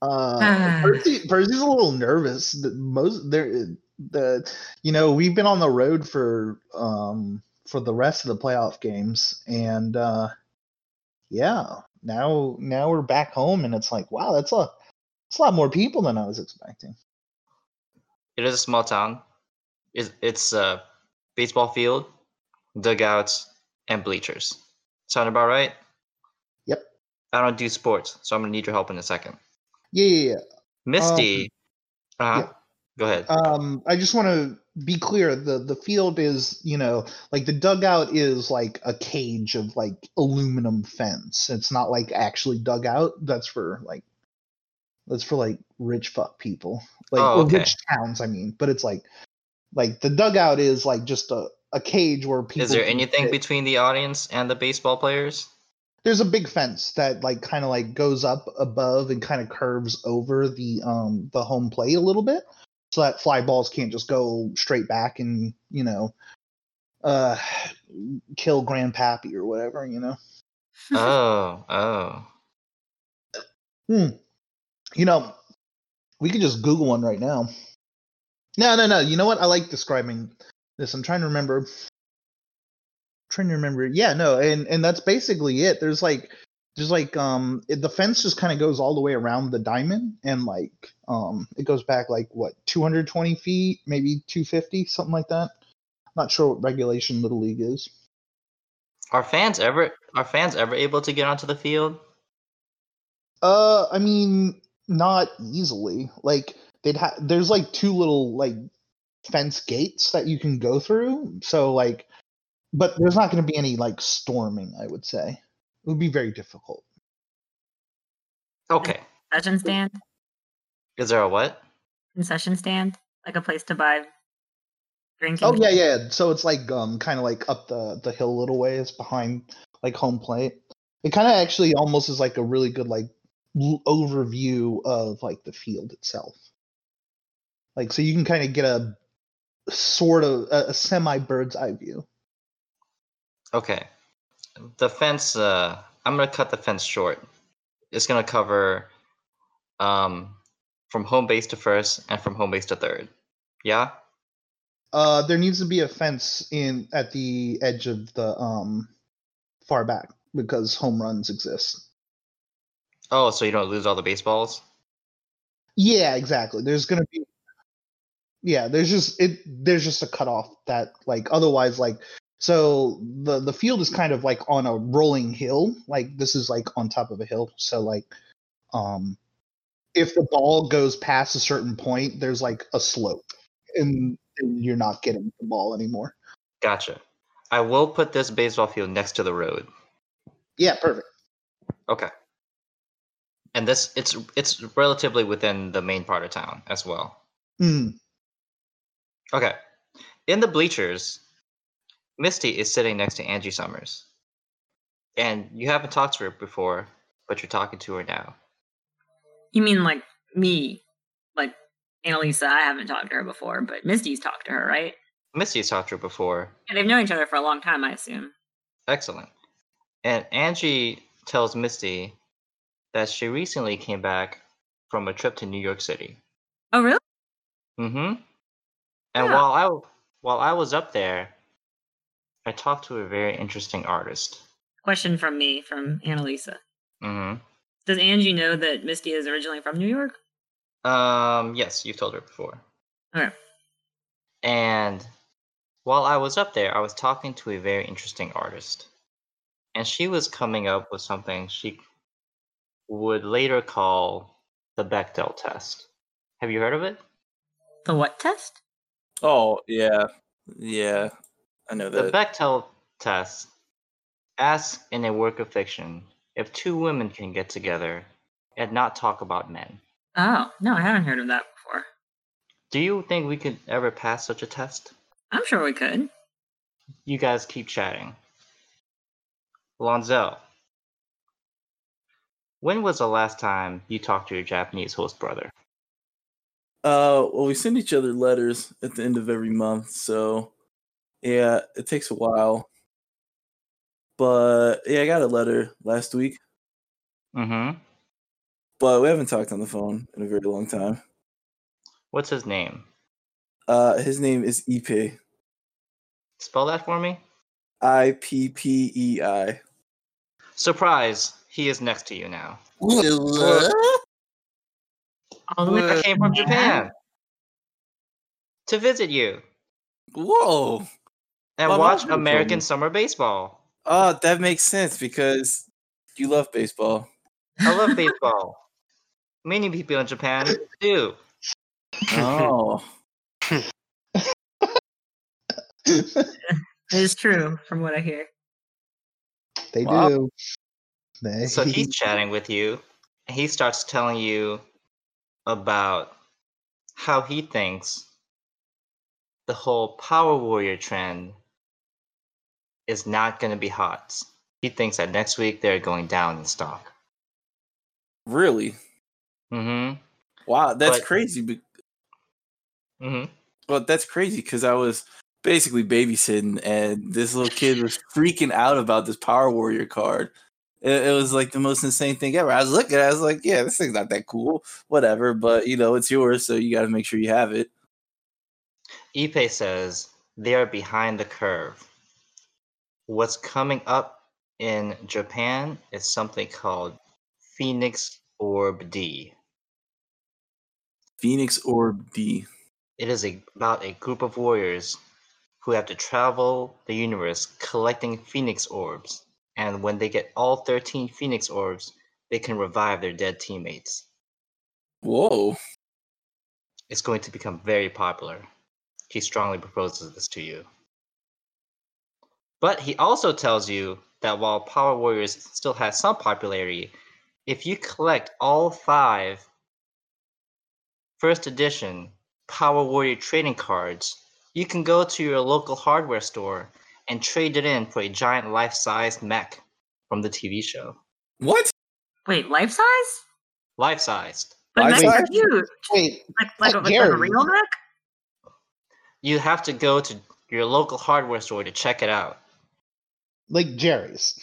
Speaker 1: Uh,
Speaker 3: Ah.
Speaker 1: Percy, Percy's a little nervous. The most there, the you know, we've been on the road for um for the rest of the playoff games, and uh yeah, now now we're back home, and it's like, wow, that's a that's a lot more people than I was expecting.
Speaker 2: It is a small town. It's, it's a baseball field, dugouts, and bleachers. Sound about right?
Speaker 1: Yep.
Speaker 2: I don't do sports, so I'm gonna need your help in a second.
Speaker 1: Yeah, yeah, yeah.
Speaker 2: Misty, uh huh. Go ahead.
Speaker 1: um i just want to be clear the the field is you know like the dugout is like a cage of like aluminum fence it's not like actually dugout that's for like that's for like rich fuck people like
Speaker 2: Oh,
Speaker 1: or
Speaker 2: okay.
Speaker 1: rich towns i mean but it's like Like the dugout is like just a, a cage where people.
Speaker 2: Is there
Speaker 1: can
Speaker 2: anything
Speaker 1: sit.
Speaker 2: between the audience and the baseball players?
Speaker 1: There's a big fence that like kind of like goes up above and kind of curves over the um the home plate a little bit, so that fly balls can't just go straight back and you know, uh, kill Grandpappy or whatever you know.
Speaker 2: oh, oh.
Speaker 1: You know, we could just Google one right now. No, no, no. You know what? I like describing this. I'm trying to remember. trying to remember. Yeah, no, and and that's basically it. There's like, there's like, um, it, the fence just kind of goes all the way around the diamond, and like, um, it goes back like what 220 feet, maybe 250, something like that. Not sure what regulation Little League is.
Speaker 2: Are fans ever are fans ever able to get onto the field?
Speaker 1: Uh, I mean, not easily. Like they'd have. There's like two little like fence gates that you can go through. So like, but there's not going to be any like storming. I would say it would be very difficult.
Speaker 2: Okay.
Speaker 3: Concession stand?
Speaker 2: Is there a what?
Speaker 3: Concession stand? Like a place to buy drinking?
Speaker 1: Oh yeah, yeah. So it's like um, kind of like up the the hill a little ways behind like home plate. It kind of actually almost is like a really good like l- overview of like the field itself. Like so you can kind of get a sort of a, a semi bird's eye view.
Speaker 2: Okay. The fence, uh, I'm going to cut the fence short. It's going to cover um, from home base to first and from home base to third. Yeah?
Speaker 1: Uh, there needs to be a fence in at the edge of the um far back because home runs exist.
Speaker 2: Oh, so you don't lose all the baseballs?
Speaker 1: Yeah, exactly. There's gonna be yeah. There's just it. There's just a cutoff that like otherwise like so the the field is kind of like on a rolling hill. Like this is like on top of a hill. So like um if the ball goes past a certain point, there's like a slope and, and you're not getting the ball anymore.
Speaker 2: Gotcha. I will put this baseball field next to the road.
Speaker 1: Yeah, perfect.
Speaker 2: And this it's it's relatively within the main part of town as well.
Speaker 5: Hmm.
Speaker 1: Mm.
Speaker 2: Okay. In the bleachers, Misty is sitting next to Angie Summers. And you haven't talked to her before, but you're talking to her now.
Speaker 3: You mean like me? Like Annalisa, I haven't talked to her before, but Misty's talked to her, right?
Speaker 2: Misty's talked to her before.
Speaker 3: Yeah, they've known each other for a long time, I assume.
Speaker 2: Excellent. And Angie tells Misty that she recently came back from a trip to New York City.
Speaker 3: Oh, really?
Speaker 2: Mm-hmm. And
Speaker 3: Yeah.
Speaker 2: while I w- while I was up there, I talked to a very interesting artist.
Speaker 3: Question from me, from Annalisa.
Speaker 2: Mm-hmm.
Speaker 3: Does Angie know that Misty is originally from New York?
Speaker 2: Um, yes, you've told her before.
Speaker 3: Okay.
Speaker 2: And while I was up there, I was talking to a very interesting artist. And she was coming up with something she would later call the Bechdel test. Have you heard of it?
Speaker 3: The what test?
Speaker 5: Oh yeah, yeah. I know
Speaker 2: The
Speaker 5: that.
Speaker 2: Bechtel test asks in a work of fiction if two women can get together and not talk about men.
Speaker 3: Oh, no, I haven't heard of that before.
Speaker 2: Do you think we could ever pass such a test?
Speaker 3: I'm sure we could.
Speaker 2: You guys keep chatting. Lonzel, when was the last time you talked to your Japanese host brother?
Speaker 5: Uh, well, we send each other letters at the end of every month, so yeah, it takes a while. But yeah, I got a letter last week,
Speaker 2: Mm hmm.
Speaker 5: but we haven't talked on the phone in a very long time.
Speaker 2: What's his name?
Speaker 5: Uh, his name is Ipe.
Speaker 2: Spell that for me.
Speaker 5: I P P E I.
Speaker 2: Surprise! He is next to you now.
Speaker 3: All the way
Speaker 2: I came from Japan to visit you
Speaker 5: Whoa!
Speaker 2: and
Speaker 5: My mom
Speaker 2: watch
Speaker 5: did tell
Speaker 2: American
Speaker 5: me.
Speaker 2: summer baseball.
Speaker 5: Oh, that makes sense because you love baseball.
Speaker 2: I love baseball. Many people in Japan do.
Speaker 5: Oh,
Speaker 3: It is true, from what I hear.
Speaker 1: They
Speaker 5: Wow.
Speaker 1: do. They.
Speaker 2: So he's chatting with you, and he starts telling you about how he thinks the whole power warrior trend is not going to be hot. He thinks that next week they're going down in stock.
Speaker 5: Really?
Speaker 2: Mm
Speaker 5: Wow, that's
Speaker 2: But-
Speaker 5: crazy. be-
Speaker 2: hmm. Mm hmm.
Speaker 5: Well, that's crazy because I was basically babysitting, and this little kid was freaking out about this Power Warrior card. It, it was like the most insane thing ever. I was looking, I was like, "Yeah, this thing's not that cool, whatever." But you know, it's yours, so you got to make sure you have it.
Speaker 2: Ipe says they are behind the curve. What's coming up in Japan is something called Phoenix Orb D.
Speaker 5: Phoenix Orb D.
Speaker 2: It is a, about a group of warriors who have to travel the universe collecting phoenix orbs. And when they get all 13 phoenix orbs, they can revive their dead teammates.
Speaker 5: Whoa,
Speaker 2: It's going to become very popular. He strongly proposes this to you. But he also tells you that while Power Warriors still has some popularity, if you collect all five first edition Power Warrior trading cards, you can go to your local hardware store and trade it in for a giant life sized mech from the TV show.
Speaker 5: what?
Speaker 3: Wait, life size?
Speaker 2: Life sized.
Speaker 3: Like
Speaker 5: Life
Speaker 3: that's
Speaker 5: size?
Speaker 3: huge.
Speaker 1: Wait,
Speaker 3: Like like, like, like a
Speaker 1: Gary.
Speaker 3: real neck?
Speaker 2: You have to go to your local hardware store to check it out.
Speaker 1: like Jerry's.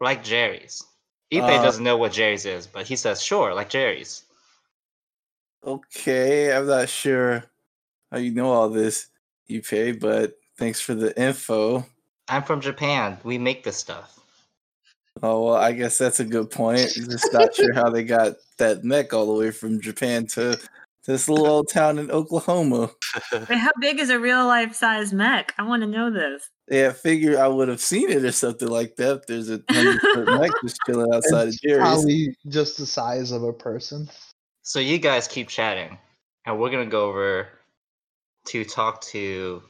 Speaker 2: like Jerry's. Ipe
Speaker 5: Uh,
Speaker 2: doesn't know what Jerry's is, but he says, sure, like Jerry's.
Speaker 5: Okay, I'm not sure how you know all this, you pay, but thanks for the info.
Speaker 2: I'm from Japan. We make this stuff.
Speaker 5: Oh well, I guess that's a good point. Just not sure how they got that neck all the way from Japan to this little old town in Oklahoma.
Speaker 3: Wait, how big is a real life size mech? I want to know this.
Speaker 5: Yeah, I figure I would have seen it or something like that. if There's a hundred foot neck just chilling outside of
Speaker 1: It's
Speaker 5: Jerry's.
Speaker 1: Probably just the size of a person.
Speaker 2: So you guys keep chatting, and we're going to go over to talk to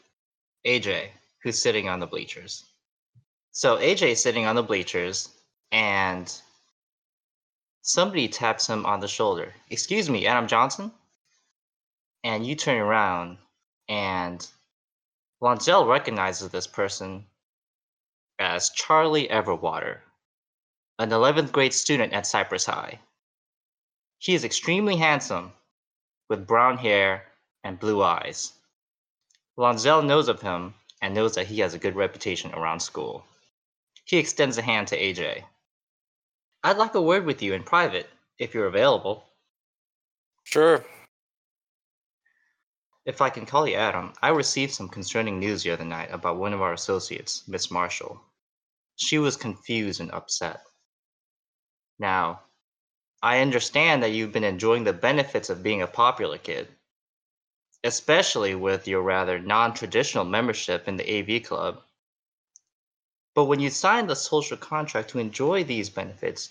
Speaker 2: AJ, who's sitting on the bleachers. So AJ's sitting on the bleachers, and somebody taps him on the shoulder. Excuse me, Adam Johnson? And you turn around, and Lonzel recognizes this person as Charlie Everwater, an 11th grade student at Cypress High. He is extremely handsome, with brown hair and blue eyes. Lonzel knows of him and knows that he has a good reputation around school. He extends a hand to AJ. I'd like a word with you in private, if you're available.
Speaker 4: Sure.
Speaker 2: If I can call you Adam, I received some concerning news the other night about one of our associates, Miss Marshall. She was confused and upset. Now, I understand that you've been enjoying the benefits of being a popular kid, especially with your rather non traditional membership in the AV Club. But when you sign the social contract to enjoy these benefits,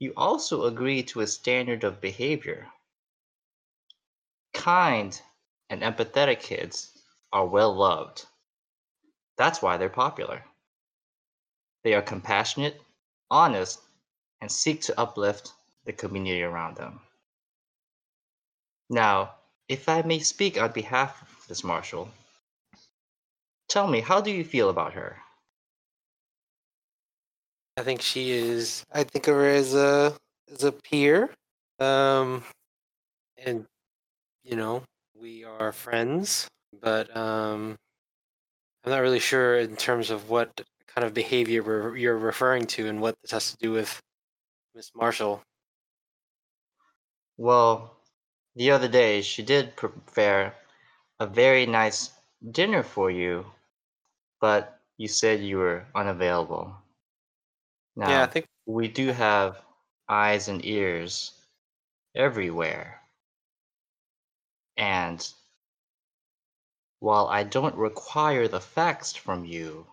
Speaker 2: you also agree to a standard of behavior. Kind and empathetic kids are well loved. That's why they're popular. They are compassionate, honest, and seek to uplift the community around them. Now, if I may speak on behalf of Miss Marshall, tell me, how do you feel about her?
Speaker 4: I think she is. I think of her as a as a peer, um, and you know we are friends, but um, I'm not really sure in terms of what kind of behavior we're- you're referring to and what this has to do with Miss Marshall.
Speaker 2: Well, the other day she did prepare a very nice dinner for you, but you said you were unavailable. Now,
Speaker 4: Yeah, I think
Speaker 2: we do have eyes and ears everywhere. And while I don't require the facts from you,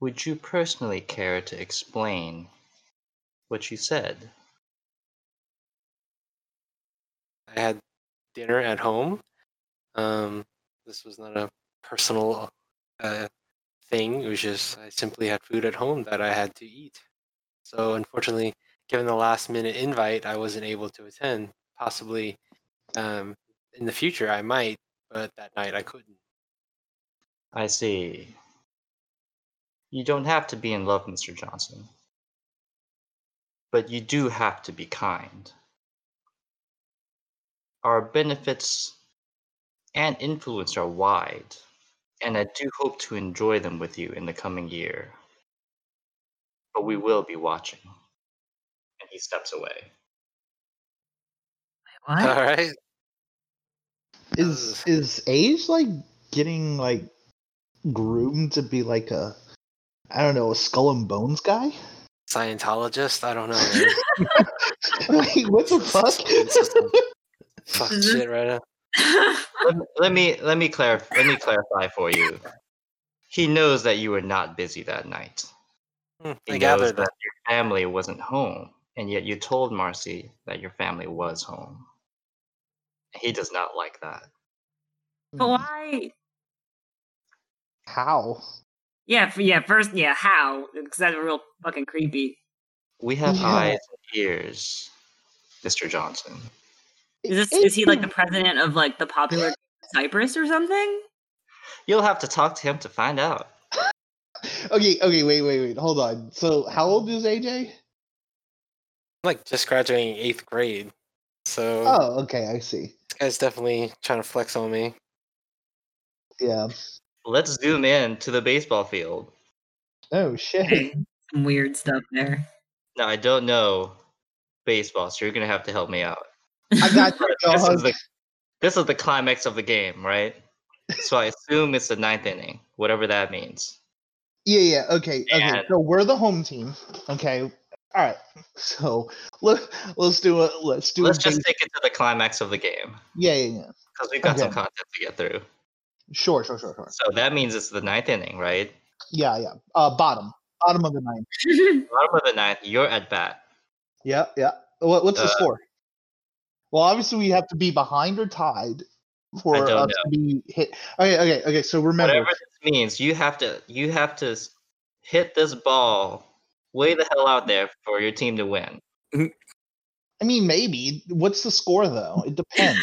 Speaker 2: would you personally care to explain what you said?
Speaker 4: I had dinner at home. Um, this was not a personal uh, thing. It was just I simply had food at home that I had to eat. So unfortunately, given the last minute invite, I wasn't able to attend. Possibly um, in the future, I might, but that night I couldn't.
Speaker 2: I see. You don't have to be in love, Mr. Johnson. But you do have to be kind. Our benefits and influence are wide, and I do hope to enjoy them with you in the coming year. But we will be watching. And he steps away.
Speaker 3: What?
Speaker 4: All right.
Speaker 1: Is is age like getting like groomed to be like a I don't know a skull and bones guy?
Speaker 4: Scientologist? I don't know. man.
Speaker 1: like, what the fuck? Mm-hmm.
Speaker 4: Fuck
Speaker 3: Mhm.
Speaker 4: shit right now.
Speaker 2: Let, let me let me clarify let me clarify for you. He knows that you were not busy that night.
Speaker 4: Hmm,
Speaker 2: He
Speaker 4: I
Speaker 2: knows that
Speaker 4: gathered that.
Speaker 2: your family wasn't home, and yet you told Marcy that your family was home. He does not like that.
Speaker 3: but why?
Speaker 1: How?
Speaker 3: Yeah, f- yeah. First, yeah. How? Because that's real fucking creepy.
Speaker 2: We have
Speaker 1: Yeah.
Speaker 2: eyes and ears, Mr. Johnson.
Speaker 3: Is this? Is he like the president of like the popular Cyprus or something?
Speaker 2: You'll have to talk to him to find out.
Speaker 1: Okay, okay, wait, wait, wait. Hold on. So, how old is AJ?
Speaker 4: Like just graduating eighth grade. So
Speaker 1: Oh, okay, I see.
Speaker 4: this guy's definitely trying to flex on me.
Speaker 1: Yeah.
Speaker 2: Let's zoom in to the baseball field.
Speaker 1: Oh shit.
Speaker 3: Okay, some weird stuff there.
Speaker 2: Now, I don't know baseball, so you're going to have to help me out.
Speaker 1: I got you,
Speaker 2: This is,
Speaker 1: dog.
Speaker 2: the, this is the climax of the game, right? So I assume it's the ninth inning, whatever that means.
Speaker 1: Yeah, yeah. Okay, okay.
Speaker 2: Yeah.
Speaker 1: So we're the home team. Okay. All right. So let let's do a let's do
Speaker 2: Let's
Speaker 1: a
Speaker 2: just
Speaker 1: base-
Speaker 2: take it to the climax of the game
Speaker 1: yeah, yeah, yeah.
Speaker 2: because we've got some
Speaker 1: Okay.
Speaker 2: content to get through.
Speaker 1: Sure, sure, sure, sure.
Speaker 2: So that means it's the ninth inning, right?
Speaker 1: Yeah, yeah. Uh, bottom, bottom of the ninth.
Speaker 2: Bottom of the ninth, you're at bat.
Speaker 1: Yeah, yeah. What, what's the
Speaker 2: Uh,
Speaker 1: score? Well, obviously we have to be behind or tied for
Speaker 2: I
Speaker 1: us
Speaker 2: don't
Speaker 1: to be hit. Okay, okay, okay. So remember,
Speaker 2: Whatever this means, you have to you have to s- hit this ball way the hell out there for your team to win.
Speaker 1: I mean, maybe. What's the score though? It depends.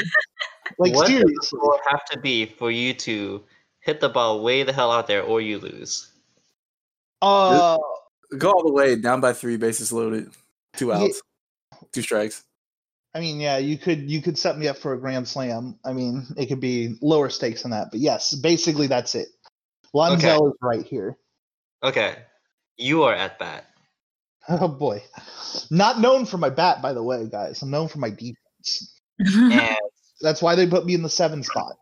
Speaker 1: like
Speaker 2: What does the
Speaker 1: seriously,
Speaker 2: score have to be for you to hit the ball way the hell out there or you lose?
Speaker 1: uh,
Speaker 5: Go all the way, down by three, bases loaded, two
Speaker 1: Yeah.
Speaker 5: outs, two strikes.
Speaker 1: I mean, yeah, you could you could set me up for a grand slam. I mean, it could be lower stakes than that, but yes, basically that's it. Lonzo is right here.
Speaker 2: Okay. You are at bat.
Speaker 1: Oh boy, not known for my bat, by the way, guys. I'm known for my defense.
Speaker 3: Mm-hmm.
Speaker 2: And
Speaker 1: That's why they put me in the seven spot.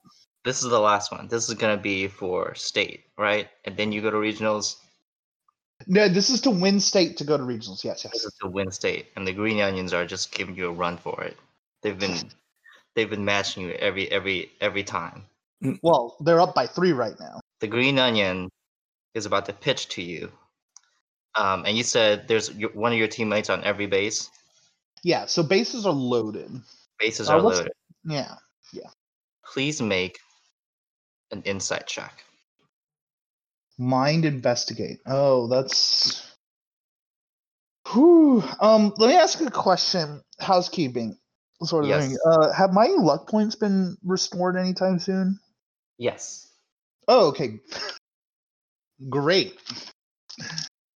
Speaker 2: this is the last one. This is gonna be for state, right? And then you go to regionals.
Speaker 1: No, this is to win state to go to regionals. Yes,
Speaker 2: This
Speaker 1: yes.
Speaker 2: is to win state, and the Green Onions are just giving you a run for it. They've been they've been matching you every every every time.
Speaker 1: Well, they're up by three right now.
Speaker 2: the green onion is about to pitch to you um, and you said there's your, one of your teammates on every base
Speaker 1: Yeah, so bases are loaded.
Speaker 2: bases
Speaker 1: Uh,
Speaker 2: are
Speaker 1: what's-
Speaker 2: loaded
Speaker 1: Yeah.
Speaker 2: please make an insight check
Speaker 1: Mind investigate. Oh, that's. Whew. Um, let me ask you a question. Housekeeping, sort of thing.
Speaker 2: Yes.
Speaker 1: Uh, have my luck points been restored anytime soon?
Speaker 2: yes
Speaker 1: Oh, okay. Great.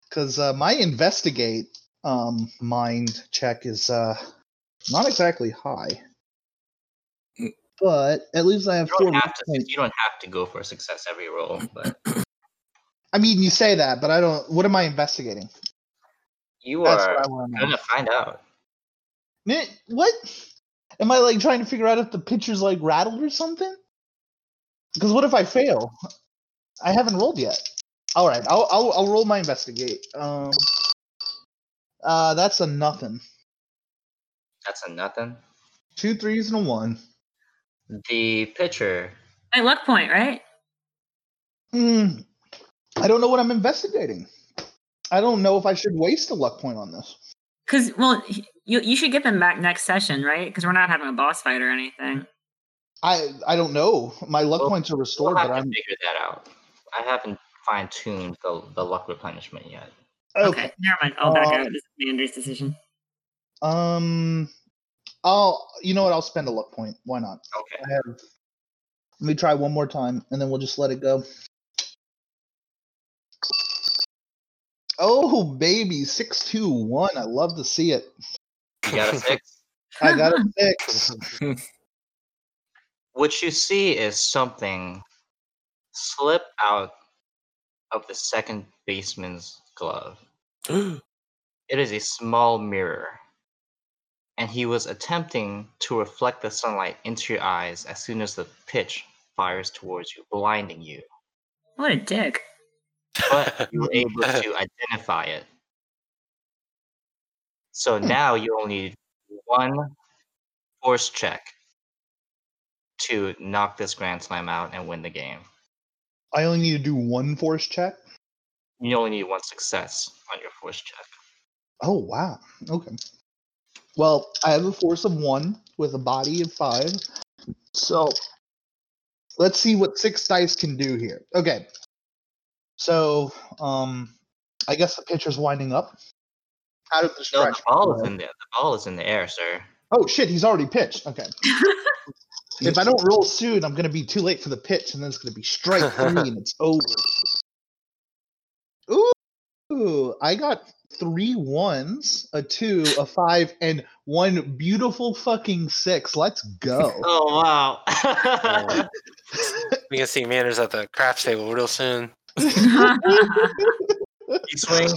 Speaker 1: Because uh, my investigate um, mind check is uh, not exactly high.
Speaker 5: Mm.
Speaker 1: But at least I have
Speaker 2: you
Speaker 1: four
Speaker 2: don't, have
Speaker 1: luck
Speaker 2: to,
Speaker 1: points.
Speaker 2: you don't have to go for success every roll but
Speaker 1: I mean, you say that, but I don't. What am I investigating?
Speaker 2: you
Speaker 1: That's
Speaker 2: are
Speaker 1: what I want to know.
Speaker 2: gonna find out
Speaker 1: Meh, What? Am I like trying to figure out if the pitcher's like rattled or something? Because what if I fail? I haven't rolled yet. All right, I'll I'll, I'll roll my investigate. Um, uh, that's a nothing.
Speaker 2: that's a nothing
Speaker 1: Two threes and a one.
Speaker 2: the pitcher
Speaker 3: My luck point, right?
Speaker 1: Mm, I don't know what I'm investigating. I don't know if I should waste a luck point on this.
Speaker 3: Because well, he- you you should get them back next session, right? Because we're not having a boss fight or anything.
Speaker 1: I I don't know. My luck
Speaker 2: Well,
Speaker 1: points are
Speaker 2: we'll
Speaker 1: restored,
Speaker 2: have
Speaker 1: but
Speaker 2: to
Speaker 1: I'm
Speaker 2: figure that out i haven't fine-tuned the, the luck replenishment yet
Speaker 3: Okay,
Speaker 1: okay.
Speaker 3: never mind. I'll back
Speaker 1: Uh,
Speaker 3: out. This is Andrew's decision.
Speaker 1: Um, I'll you know what? I'll spend a luck point. Why not?
Speaker 2: okay
Speaker 1: I have Let me try one more time, and then we'll just let it go. Oh baby, six two one. I love to see it.
Speaker 2: You got a six.
Speaker 1: I got a six.
Speaker 2: what you see is something slip out of the second baseman's glove. It is a small mirror, and he was attempting to reflect the sunlight into your eyes as soon as the pitch fires towards you, blinding you.
Speaker 3: What a dick.
Speaker 2: But you were able to identify it. So now you only need one force check to knock this Grand Slam out and win the game.
Speaker 1: I only need to do one force check.
Speaker 2: You only need one success on your force check.
Speaker 1: Oh wow. Okay. Well, I have a force of one with a body of five. So let's see what six dice can do here. Okay. So um I guess the pitcher's winding up. Out of the
Speaker 2: No,
Speaker 1: stretch.
Speaker 2: Oh, the ball is in there. The ball is in the air, sir.
Speaker 1: Oh shit, he's already pitched. Okay. if I don't roll soon, I'm gonna be too late for the pitch, and then it's gonna be strike three, and it's over. Ooh, I got three ones, a two, a five, and one beautiful fucking six. Let's go.
Speaker 2: Oh wow!
Speaker 4: Yeah. we can see manners at the craps table real soon.
Speaker 2: you swing.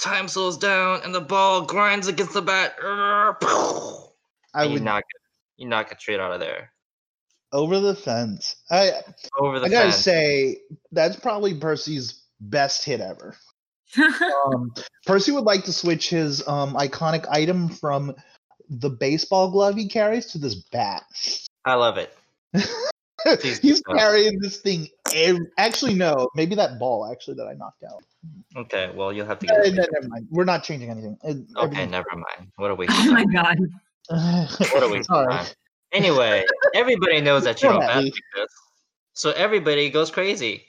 Speaker 2: Time slows down, and the ball grinds against the bat.
Speaker 1: I
Speaker 2: And you
Speaker 1: would
Speaker 2: knock it. You knock it straight out of there.
Speaker 1: over the fence. I
Speaker 2: Over the
Speaker 1: I gotta
Speaker 2: fence.
Speaker 1: say that's probably Percy's best hit ever.
Speaker 3: Oh
Speaker 1: um, Percy would like to switch his um, iconic item from the baseball glove he carries to this bat.
Speaker 2: I love it. Please do
Speaker 1: He's
Speaker 2: so.
Speaker 1: carrying this thing. ev- actually, no, maybe that ball actually that I knocked out.
Speaker 2: Okay, well you'll have to
Speaker 1: No, no,
Speaker 2: get. It. later.
Speaker 1: never mind. We're not changing anything. It-
Speaker 2: Okay,
Speaker 1: everything-
Speaker 2: never mind. What a waste.
Speaker 3: oh
Speaker 2: Of
Speaker 3: my
Speaker 2: time.
Speaker 3: god.
Speaker 2: What a waste of
Speaker 1: Sorry.
Speaker 2: time. Anyway, everybody knows that you
Speaker 1: Go
Speaker 2: don't
Speaker 1: ahead,
Speaker 2: bat
Speaker 1: Lee.
Speaker 2: like this, so everybody goes crazy.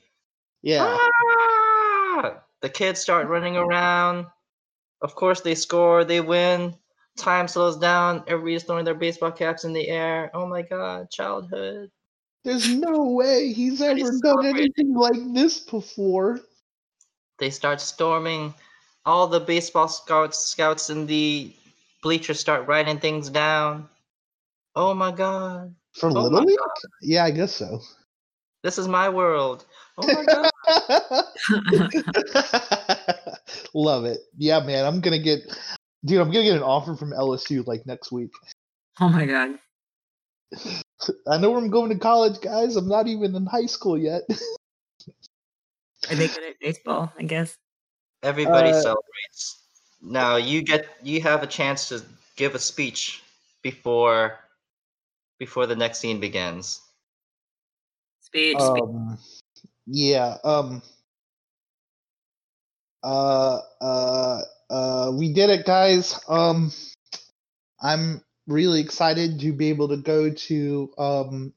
Speaker 1: Yeah.
Speaker 2: Ah! The kids start running around. Of course, they score, they win. Time slows down. Everybody's throwing their baseball caps in the air. Oh my god, childhood.
Speaker 1: There's no way he's ever done
Speaker 2: celebrating.
Speaker 1: anything like this before.
Speaker 2: They start storming. All the baseball scouts scouts in the bleachers start writing things down. Oh my god.
Speaker 1: For
Speaker 2: Oh my
Speaker 1: Little League?
Speaker 2: God.
Speaker 1: Yeah, I guess so.
Speaker 2: This is my world. Oh my god.
Speaker 1: Love it. Yeah, man. I'm gonna get, dude. I'm gonna get an offer from LSU like next week.
Speaker 3: Oh my god.
Speaker 1: I know where I'm going to college, guys. I'm not even in high school yet.
Speaker 3: Are they good at baseball? I guess.
Speaker 2: Everybody
Speaker 1: Uh,
Speaker 2: celebrates. Now you get you have a chance to give a speech before before the next scene begins.
Speaker 3: Speech. speech.
Speaker 1: um, yeah. Um. Uh. Uh. Uh. We did it, guys. Um. I'm really excited to be able to go to um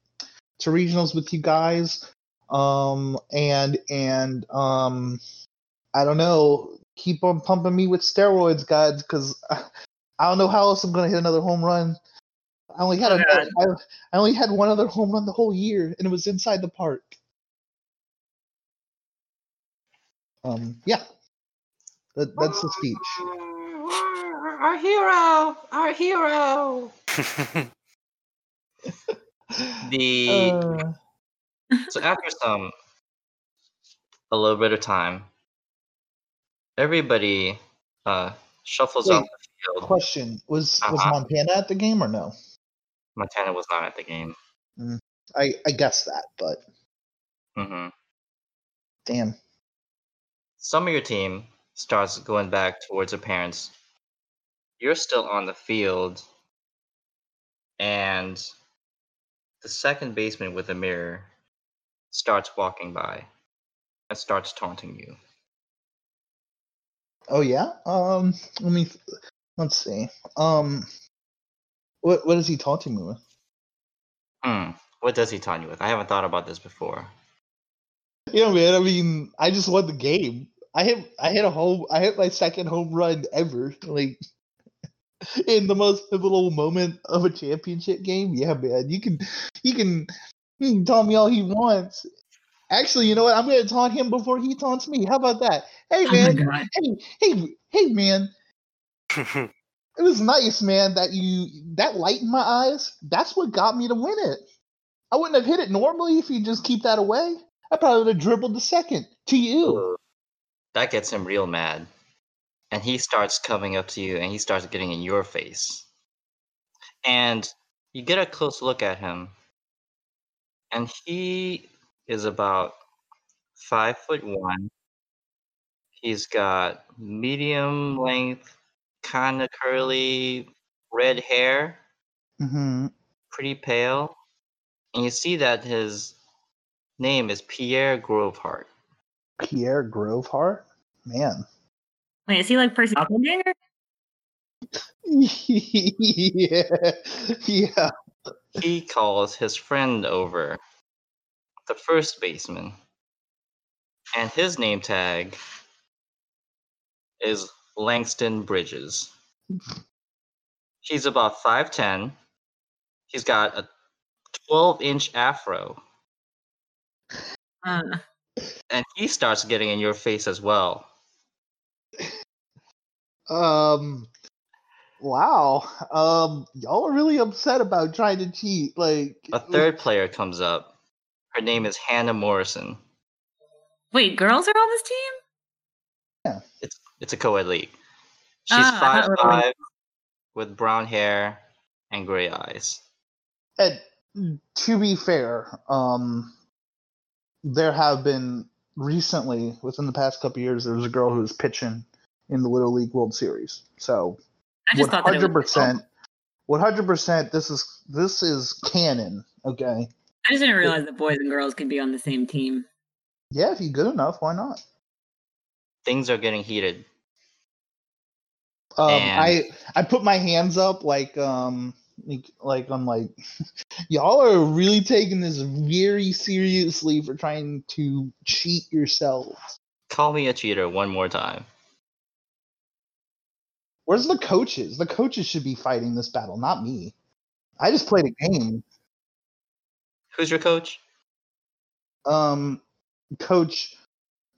Speaker 1: to regionals with you guys. Um. And and um. I don't know. Keep on pumping me with steroids, guys, because I don't know how else I'm gonna hit another home run. I only had
Speaker 3: Oh,
Speaker 1: another, I, I only had one other home run the whole year, and it was inside the park. Um, yeah, that, that's the speech.
Speaker 2: Our hero, our hero. The
Speaker 1: Uh,
Speaker 2: so after some a little bit of time, everybody uh, shuffles off
Speaker 1: Wait.
Speaker 2: the field.
Speaker 1: question was was
Speaker 2: Uh-huh.
Speaker 1: Montana at the game or no?
Speaker 2: Montana was not at the game.
Speaker 1: I I guess that, but
Speaker 2: hmm
Speaker 1: damn.
Speaker 2: some of your team starts going back towards their parents. You're still on the field, and the second baseman with a mirror starts walking by and starts taunting you.
Speaker 1: Oh yeah. Um, let me let's see. Um, what what is he taunting me with?
Speaker 2: Hmm, what does he taunt you with? I haven't thought about this before.
Speaker 1: Yeah, man. I mean, I just won the game. I hit I hit a home. I hit my second home run ever. Like in the most pivotal moment of a championship game. Yeah, man, you can, you can, he can taunt me all he wants. Actually, you know what? I'm gonna taunt him before he taunts me. How about that? Hey,
Speaker 3: Oh my
Speaker 1: man.
Speaker 3: god.
Speaker 1: hey, hey, hey, man. It was nice, man. That you that light in my eyes. That's what got me to win it. I wouldn't have hit it normally if you just keep that away. I probably would have dribbled the second to you.
Speaker 2: Ooh. That gets him real mad. And he starts coming up to you and he starts getting in your face. And you get a close look at him. And he is about five foot one. He's got medium length, kind of curly red hair,
Speaker 1: Mm-hmm.
Speaker 2: pretty pale. And you see that his name is Pierre Grovehart.
Speaker 1: Pierre Grovehart, man.
Speaker 3: Wait, is he like Percy Doppelganger?
Speaker 1: yeah, yeah.
Speaker 2: he calls his friend over, the first baseman, and his name tag is Langston Bridges. He's about 5'10. He's got a 12 inch afro,
Speaker 3: Uh,
Speaker 2: and he starts getting in your face as well.
Speaker 1: Um, wow. Um, y'all are really upset about trying to cheat. Like
Speaker 2: A third player comes up. Her name is Hannah Morrison.
Speaker 3: wait, girls are on this team?
Speaker 2: It's a co ed league.
Speaker 3: Ah,
Speaker 2: She's
Speaker 3: I
Speaker 2: five
Speaker 3: thought we were-
Speaker 2: five, with brown hair and gray eyes.
Speaker 1: And to be fair, um, there have been recently, within the past couple years, there was a girl who was pitching in the Little League World Series. So
Speaker 3: I
Speaker 1: one
Speaker 3: just thought that it
Speaker 1: hundred
Speaker 3: was.
Speaker 1: percent, one hundred percent. This is this is canon. Okay.
Speaker 3: I just didn't realize that boys and girls could be on the same team.
Speaker 1: Yeah, if you're good enough, why not?
Speaker 2: Things are getting heated.
Speaker 1: Um,
Speaker 2: And-
Speaker 1: I I put my hands up like um like, like I'm like y'all are really taking this very seriously for trying to cheat yourselves.
Speaker 2: Call me a cheater one more time.
Speaker 1: Where's the coaches? The coaches should be fighting this battle, not me. I just played a game.
Speaker 2: Who's your coach?
Speaker 1: Um, coach,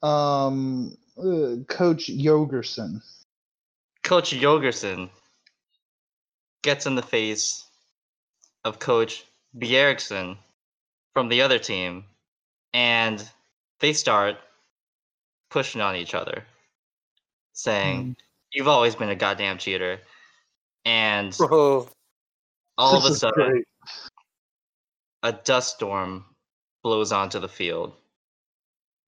Speaker 1: um, uh, coach Yogerson.
Speaker 2: Coach Yogerson gets in the face of Coach Bjergsen from the other team, and they start pushing on each other, saying,
Speaker 3: Hmm.
Speaker 2: You've always been a goddamn cheater. And
Speaker 4: Bro,
Speaker 2: all of
Speaker 1: This
Speaker 2: a
Speaker 1: is
Speaker 2: sudden,
Speaker 1: great.
Speaker 2: a dust storm blows onto the field,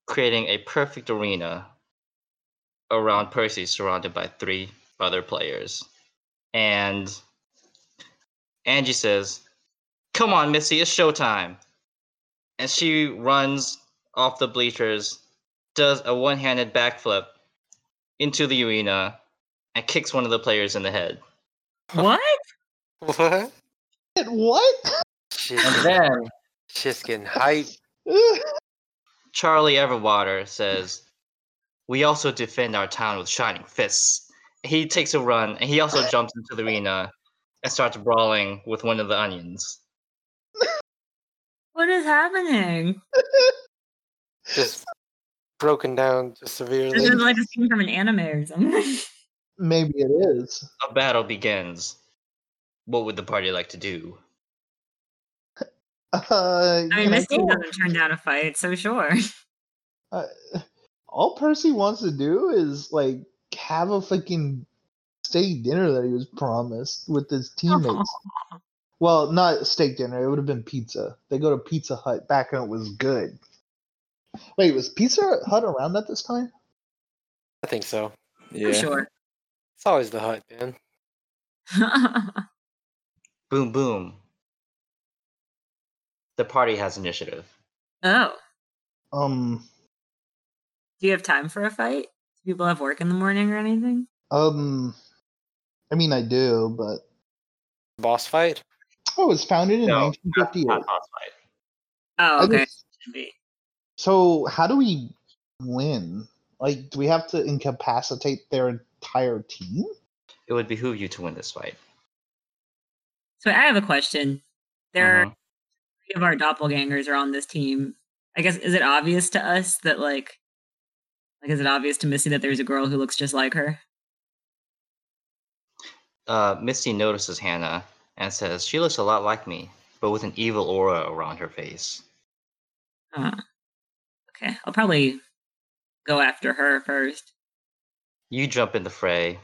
Speaker 2: creating a perfect arena around Percy, surrounded by three other players. And Angie says, Come on, Missy, it's showtime. And she runs off the bleachers, does a one handed backflip into the arena, and kicks one of the players in the head.
Speaker 3: What?
Speaker 4: what?
Speaker 1: what?
Speaker 4: Shit's
Speaker 5: And
Speaker 4: getting,
Speaker 5: then
Speaker 4: shit's getting hype.
Speaker 2: Charlie Everwater says, We also defend our town with shining fists. He takes a run and he also jumps into the arena and starts brawling with one of the onions.
Speaker 3: What is happening?
Speaker 4: Just broken down just
Speaker 3: This
Speaker 4: severely.
Speaker 3: is like a scene from an anime or something.
Speaker 1: Maybe it is.
Speaker 2: A battle begins. What would the party like to do?
Speaker 1: Uh,
Speaker 3: I mean,
Speaker 1: yeah,
Speaker 3: this team
Speaker 1: go on.
Speaker 3: doesn't turn down a fight, so sure.
Speaker 1: uh, all Percy wants to do is like have a fucking steak dinner that he was promised with his teammates. well, not steak dinner; it would have been pizza. They go to Pizza Hut back when it was good. Wait, was Pizza Hut around at this time?
Speaker 4: I think so.
Speaker 3: I'm
Speaker 5: yeah,
Speaker 3: sure.
Speaker 4: It's always the hype, man.
Speaker 3: Oh.
Speaker 2: Boom, boom. The party has initiative.
Speaker 3: oh,
Speaker 1: Um,
Speaker 3: do you have time for a fight? Do people have work in the morning or anything?
Speaker 1: um, I mean, I do, but
Speaker 4: Boss fight?
Speaker 1: oh, it was founded in
Speaker 2: No, Uh, not,
Speaker 1: 1958.
Speaker 2: not boss fight.
Speaker 3: Oh,
Speaker 1: I
Speaker 3: okay.
Speaker 1: just- so, how do we win? Like, do we have to incapacitate their entire team?
Speaker 2: it would behoove you to win this fight.
Speaker 3: So I have a question. There
Speaker 2: Mhm.
Speaker 3: are three of our doppelgangers are on this team. I guess is it obvious to us that like like is it obvious to Missy that there's a girl who looks just like her?
Speaker 2: Uh, Misty notices Hannah and says, She looks a lot like me, but with an evil aura around her face.
Speaker 3: Uh, okay, I'll probably go after her first.
Speaker 2: You jump in the fray,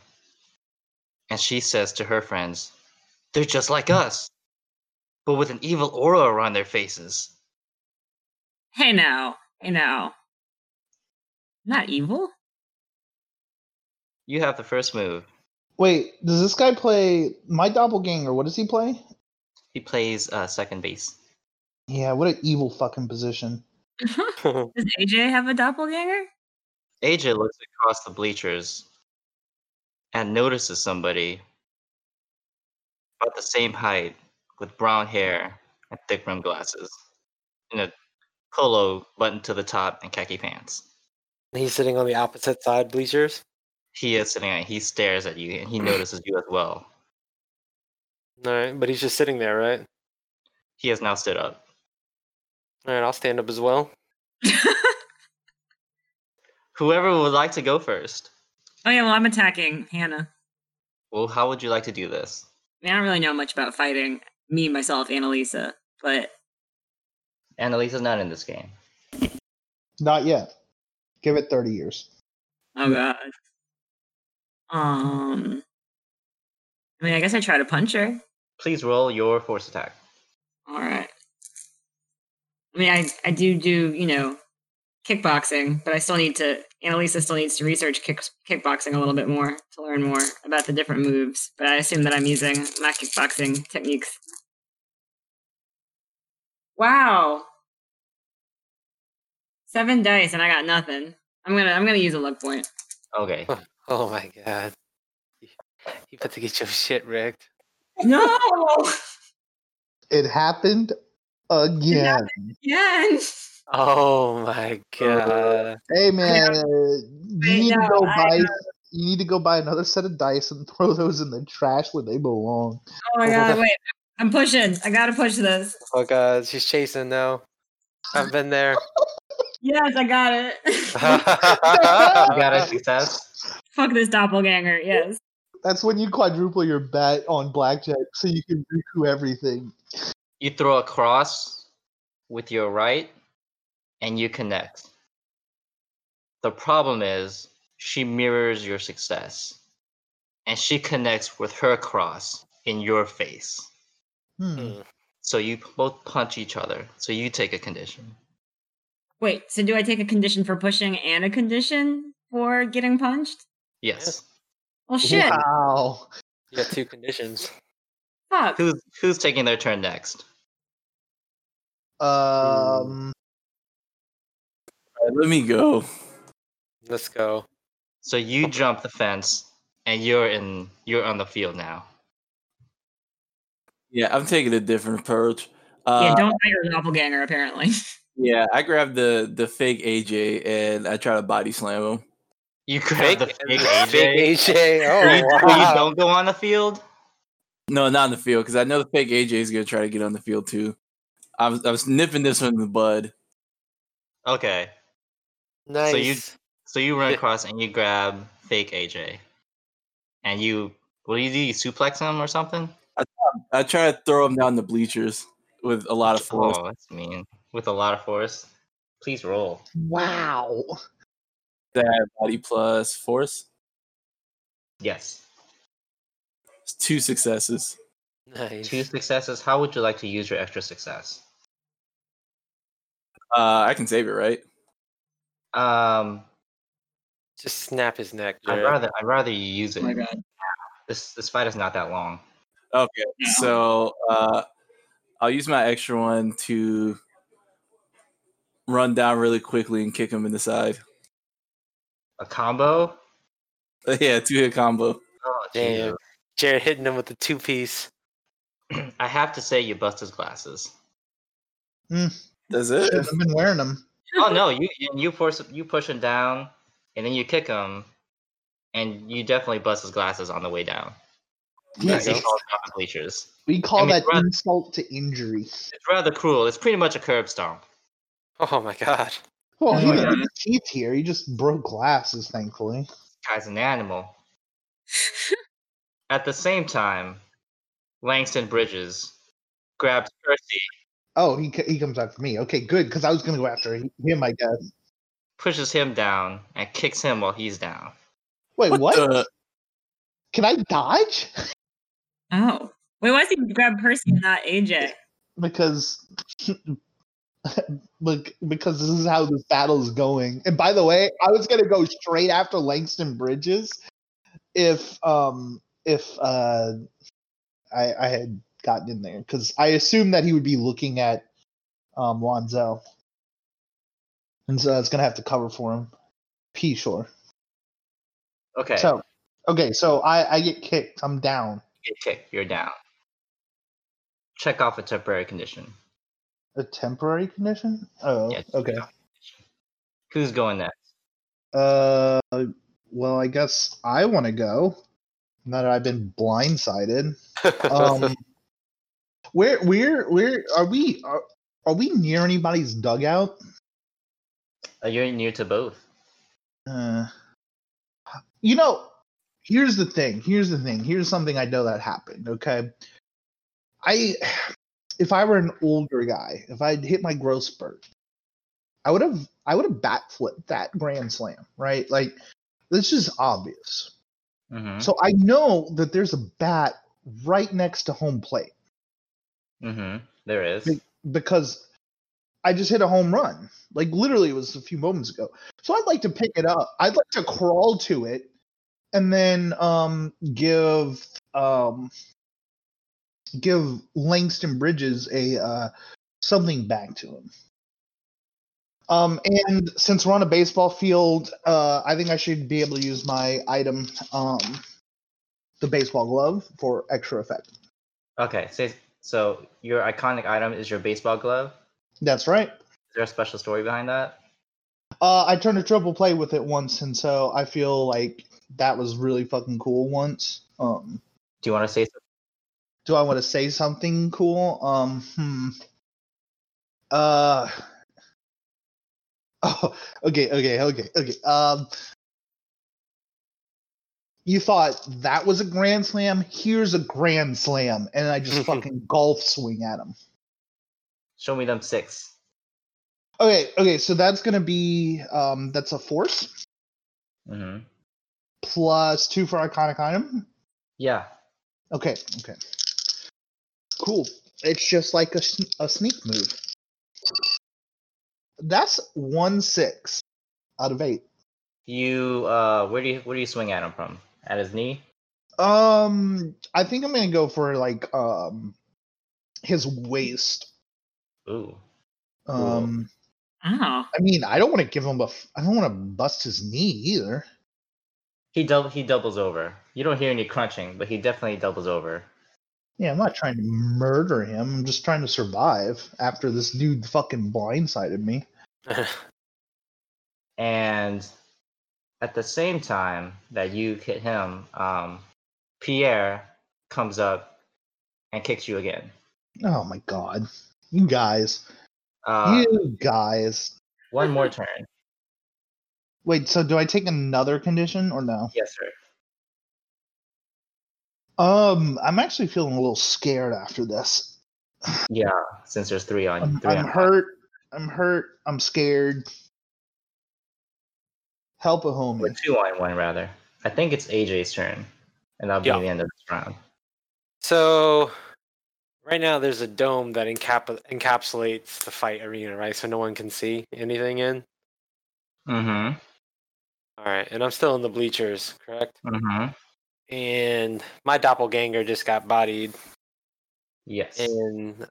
Speaker 2: and she says to her friends, They're just like us, but with an evil aura around their faces.
Speaker 3: Hey now, hey now. Not evil.
Speaker 2: You have the first move.
Speaker 1: Wait, does this guy play my doppelganger? What does he play?
Speaker 2: He plays uh, second base.
Speaker 1: Yeah, what an evil fucking position.
Speaker 3: Does AJ have a doppelganger?
Speaker 2: AJ looks across the bleachers and notices somebody about the same height with brown hair and thick rimmed glasses in a polo button to the top and khaki pants.
Speaker 4: He's sitting on the opposite side bleachers.
Speaker 2: He is sitting there, he stares at you and he notices you as well.
Speaker 4: All right, but he's just sitting there, right?
Speaker 2: He has now stood up.
Speaker 4: All right, I'll stand up as well.
Speaker 2: Whoever would like to go first.
Speaker 3: oh yeah, well I'm attacking Hannah.
Speaker 2: Well, how would you like to do this?
Speaker 3: I mean, I don't really know much about fighting. Me, myself, Annalisa, but
Speaker 2: Annalisa's not in this game.
Speaker 1: Not yet. Give it 30 years.
Speaker 3: Oh god. Um. I mean, I guess I try to punch her.
Speaker 2: Please roll your force attack.
Speaker 3: All right. I mean, I I do do you know kickboxing, but I still need to. Annalisa still needs to research kick, kickboxing a little bit more to learn more about the different moves. But I assume that I'm using my kickboxing techniques. Wow. Seven dice, and I got nothing. I'm gonna I'm gonna use a luck point.
Speaker 2: Okay.
Speaker 4: Oh my god. You about to get your shit wrecked.
Speaker 3: No.
Speaker 1: It happened again.
Speaker 3: Again.
Speaker 4: Oh my god.
Speaker 1: Hey man, uh, you
Speaker 3: I
Speaker 1: need to
Speaker 3: know,
Speaker 1: go
Speaker 3: I
Speaker 1: buy
Speaker 3: know.
Speaker 1: you need to go buy another set of dice and throw those in the trash where they belong.
Speaker 3: Oh my god, wait. I'm pushing. I gotta push this.
Speaker 4: Oh god, she's chasing now. I've been there.
Speaker 3: Yes, I got
Speaker 4: Uh-huh.
Speaker 3: it.
Speaker 2: You
Speaker 4: I
Speaker 2: got a success.
Speaker 3: Fuck this doppelganger. Yes.
Speaker 1: That's when you quadruple your bet on blackjack so you can recoup everything.
Speaker 2: you throw a cross with your right and you connect. The problem is she mirrors your success and she connects with her cross in your face.
Speaker 1: Hmm.
Speaker 4: Hmm.
Speaker 2: So you both punch each other. So you take a condition.
Speaker 3: Wait, so do I take a condition for pushing and a condition for getting punched?
Speaker 2: Yes.
Speaker 3: Well, shit.
Speaker 1: Wow.
Speaker 4: You got two conditions.
Speaker 3: Fuck.
Speaker 2: Who's who's taking their turn next?
Speaker 1: Um
Speaker 5: All right, let me go.
Speaker 4: Let's go.
Speaker 2: So you jump the fence and you're in you're on the field now.
Speaker 5: Yeah, I'm taking a different approach. Uh,
Speaker 3: yeah, don't fight your doppelganger, apparently.
Speaker 5: Yeah, I grabbed the the fake AJ and I try to body slam him.
Speaker 2: You grab the fake AJ.
Speaker 4: Fake AJ.
Speaker 2: so you,
Speaker 4: Oh
Speaker 2: so you
Speaker 4: wow.
Speaker 2: don't go on the field?
Speaker 5: No, not in the field because I know the fake AJ is gonna try to get on the field too. I was, I was nipping this one in the bud.
Speaker 2: Okay.
Speaker 4: Nice.
Speaker 2: you- So you run
Speaker 4: Yeah.
Speaker 2: across and you grab fake AJ, and you what do you do? You suplex him or something?
Speaker 5: I try to throw him down the bleachers with a lot of force.
Speaker 2: Oh, that's mean. With a lot of force. Please roll.
Speaker 1: wow.
Speaker 5: That body plus force.
Speaker 2: Yes.
Speaker 5: It's two successes.
Speaker 4: nice.
Speaker 2: Two successes. How would you like to use your extra success?
Speaker 5: Uh, I can save it, right?
Speaker 2: Um,
Speaker 4: Just snap his neck.
Speaker 2: I'd
Speaker 4: Jared.
Speaker 2: rather I'd rather you use
Speaker 3: oh
Speaker 2: it.
Speaker 3: my god.
Speaker 2: This this fight is not that long.
Speaker 5: Okay, so uh, I'll use my extra one to run down really quickly and kick him in the side.
Speaker 2: A combo.
Speaker 5: yeah, two hit combo.
Speaker 2: Oh
Speaker 4: Damn. Jared hitting him with the two piece.
Speaker 2: jeez. I have to say you bust his glasses.
Speaker 5: That's
Speaker 1: Shit,
Speaker 5: it.
Speaker 1: I've been wearing them.
Speaker 2: Oh no, you you force you push him down, and then you kick him, and you definitely bust his glasses on the way down.
Speaker 1: Yeah,
Speaker 2: As he
Speaker 1: it's-
Speaker 2: falls down the bleachers.
Speaker 1: we call
Speaker 2: I mean,
Speaker 1: that
Speaker 2: rather-
Speaker 1: insult to injury.
Speaker 2: It's rather cruel. It's pretty much a curb stomp.
Speaker 4: Oh my god.
Speaker 1: Well,
Speaker 3: Oh,
Speaker 1: he
Speaker 5: yeah.
Speaker 1: didn't cheat here. He just broke glasses, thankfully.
Speaker 2: guy's an animal. At the same time, Langston Bridges grabs Percy,
Speaker 1: Oh, he c- he comes after me. Okay, good, because I was gonna go after he- him, I guess.
Speaker 2: pushes him down, and kicks him while he's down.
Speaker 1: Wait, what?
Speaker 5: the-
Speaker 1: Can I dodge?
Speaker 3: Oh. Wait, why is he grab Percy and not AJ?
Speaker 1: because look because this is how this battle is going. And by the way, I was gonna go straight after Langston Bridges if um if uh I I had gotten in there because I assumed that he would be looking at um Lonzo. And so I was gonna have to cover for him. P sure.
Speaker 2: Okay,
Speaker 1: So okay, so I, I get kicked. I'm down.
Speaker 2: you get kicked, you're down. Check off a temporary condition.
Speaker 1: A temporary condition? Oh,
Speaker 2: Yeah,
Speaker 1: okay.
Speaker 2: Who's going next?
Speaker 1: Uh, well, I guess I want to go. Now that I've been blindsided. Um, where, where, where are we? Are, are we near anybody's dugout?
Speaker 2: Uh, you're new to both.
Speaker 1: Uh, you know, here's the thing. Here's the thing. Here's something I know that happened. Okay, I, if I were an older guy, if I'd hit my growth spurt, I would have, I would have bat flipped that grand slam, right? Like, this is obvious.
Speaker 2: Mm-hmm.
Speaker 1: So I know that there's a bat right next to home plate
Speaker 2: Mm-hmm. There is.
Speaker 1: Big- because I just hit a home run. Like literally, it was a few moments ago. So I'd like to pick it up. I'd like to crawl to it and then um, give um, give Langston Bridges a uh, something back to him. Um, and since we're on a baseball field, uh, I think I should be able to use my item, um, the baseball glove, for extra effect.
Speaker 2: Okay, so, so your iconic item is your baseball glove.
Speaker 1: That's right.
Speaker 2: Is there a special story behind that?
Speaker 1: Uh, I turned a triple play with it once, and so I feel like that was really fucking cool once. Um,
Speaker 2: Do you want to say something?
Speaker 1: do I want to say something cool? Um, hmm. Uh. Oh, okay, okay, okay, okay. Um, you thought that was a grand slam. Here's a grand slam, and I just fucking golf swing at him.
Speaker 2: Show me them six.
Speaker 1: Okay, okay. So that's gonna be um, that's a force
Speaker 2: Mm-hmm.
Speaker 1: plus two for iconic item.
Speaker 2: Yeah.
Speaker 1: Okay, okay. Cool. It's just like a, sn- a sneak move. That's one six out of eight.
Speaker 2: You uh, where do you where do you swing at him from? At his knee?
Speaker 1: Um, I think I'm gonna go for like um his waist.
Speaker 2: Ooh.
Speaker 1: Um,
Speaker 3: Oh.
Speaker 1: I mean, I don't want to give him a. F- I don't want to bust his knee either.
Speaker 2: He double he doubles over. You don't hear any crunching, but he definitely doubles over.
Speaker 1: Yeah, I'm not trying to murder him. I'm just trying to survive after this dude fucking blindsided me.
Speaker 2: And at the same time that you hit him, um, Pierre comes up and kicks you again.
Speaker 1: Oh my god, you guys,
Speaker 2: Uh,
Speaker 1: you guys.
Speaker 2: One more turn.
Speaker 1: Wait, so do I take another condition or no?
Speaker 2: Yes, sir.
Speaker 1: Um, I'm actually feeling a little scared after this.
Speaker 2: Yeah, since there's three on
Speaker 1: I'm,
Speaker 2: three
Speaker 1: I'm
Speaker 2: on-
Speaker 1: hurt. I'm hurt. I'm scared. Help a
Speaker 2: or
Speaker 1: homie.
Speaker 2: two on one rather. I think it's AJ's turn, and that'll be
Speaker 4: Yeah.
Speaker 2: the end of this round.
Speaker 4: so right now there's a dome that encap- encapsulates the fight arena, right? So no one can see anything in.
Speaker 2: Mm-hmm.
Speaker 4: All right, and I'm still in the bleachers, correct?
Speaker 2: Mm-hmm.
Speaker 4: And my doppelganger just got bodied,
Speaker 2: Yes.
Speaker 4: and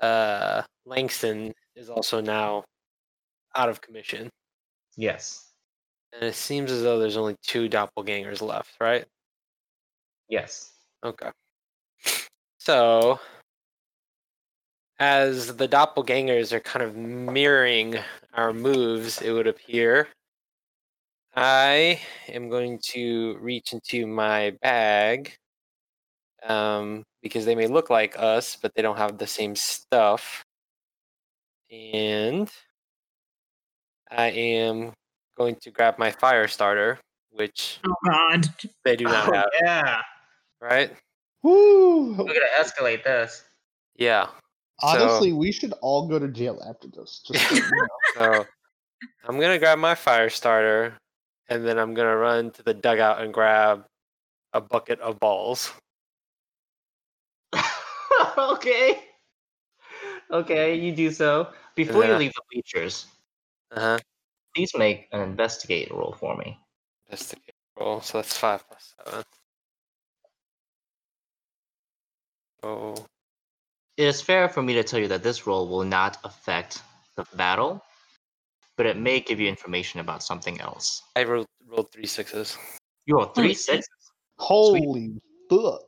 Speaker 4: uh, Langston is also now out of commission.
Speaker 2: Yes.
Speaker 4: And it seems as though there's only two doppelgangers left, right?
Speaker 2: Yes.
Speaker 4: Okay. So, as the doppelgangers are kind of mirroring our moves, it would appear, I am going to reach into my bag um, because they may look like us, but they don't have the same stuff. And I am going to grab my fire starter, which
Speaker 3: Oh God.
Speaker 4: they do not
Speaker 2: Oh,
Speaker 4: have,
Speaker 2: yeah.
Speaker 4: right?
Speaker 1: Woo!
Speaker 2: We're going to escalate this.
Speaker 4: Yeah.
Speaker 1: Honestly, we should all go to jail after this. Just so you know.
Speaker 4: So I'm gonna grab my fire starter, and then I'm gonna run to the dugout and grab a bucket of balls.
Speaker 2: okay. Okay, you do so. Before you
Speaker 4: Yeah.
Speaker 2: leave the bleachers,
Speaker 4: Uh huh.
Speaker 2: please make an investigate roll for me.
Speaker 4: Investigate roll. So that's five plus seven. Oh,
Speaker 2: It is fair for me to tell you that this roll will not affect the battle, but it may give you information about something else.
Speaker 4: I rolled, rolled three sixes.
Speaker 2: You roll three
Speaker 3: Holy shit.
Speaker 2: sixes.
Speaker 1: Holy fuck!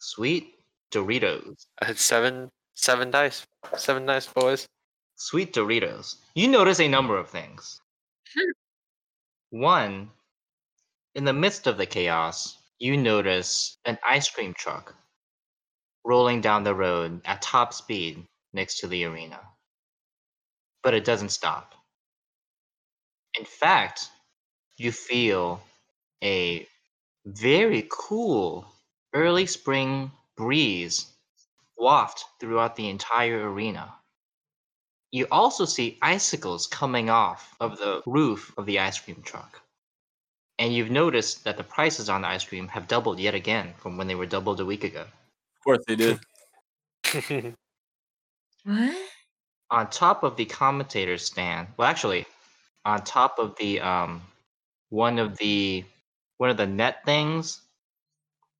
Speaker 2: Sweet Doritos.
Speaker 4: I had seven, seven dice, seven dice, boys.
Speaker 2: Sweet Doritos. You notice a number of things.
Speaker 3: Hmm.
Speaker 2: One, in the midst of the chaos, you notice an ice cream truck rolling down the road at top speed next to the arena. But it doesn't stop. In fact, you feel a very cool early spring breeze waft throughout the entire arena. You also see icicles coming off of the roof of the ice cream truck. And you've noticed that the prices on the ice cream have doubled yet again from when they were doubled a week ago.
Speaker 5: Of course they did.
Speaker 3: What?
Speaker 2: on top of the commentator's stand well actually on top of the um one of the one of the net things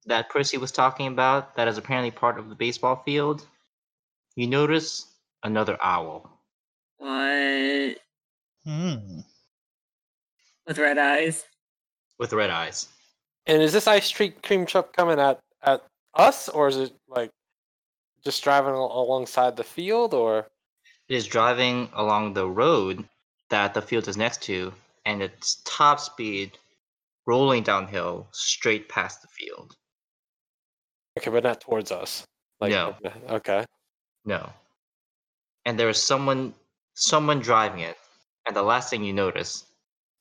Speaker 2: that percy was talking about that is apparently part of the baseball field you notice another owl
Speaker 3: What?
Speaker 1: Hmm.
Speaker 3: With red eyes.
Speaker 2: with red eyes
Speaker 4: and is this ice treat cream truck coming at at us, or is it like just driving al- alongside the field, or?
Speaker 2: it is driving along the road that the field is next to and it's top speed rolling downhill straight past the field
Speaker 4: Okay, but not towards us.
Speaker 2: No.
Speaker 4: Okay.
Speaker 2: No. And there is someone someone driving it, and the last thing you notice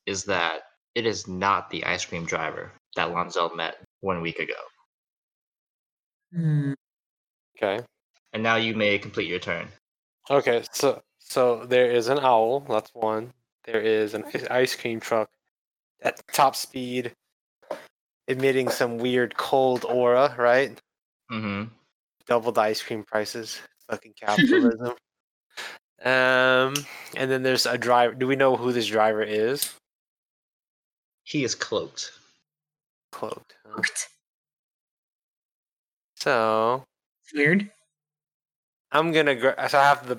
Speaker 2: is that it is not the ice cream driver that Lonzel met one week ago.
Speaker 3: Hmm.
Speaker 4: Okay.
Speaker 2: And now you may complete your turn.
Speaker 4: Okay. So so there is an owl. That's one. There is an ice- ice cream truck at top speed, emitting some weird cold aura. Right.
Speaker 2: Mm-hmm.
Speaker 4: Double the ice cream prices. Fucking capitalism. um. And then there's a driver. Do we know who this driver is?
Speaker 2: He is cloaked.
Speaker 4: Cloaked. huh?
Speaker 3: It's
Speaker 4: So
Speaker 3: weird.
Speaker 4: I'm gonna. Gra- so I have the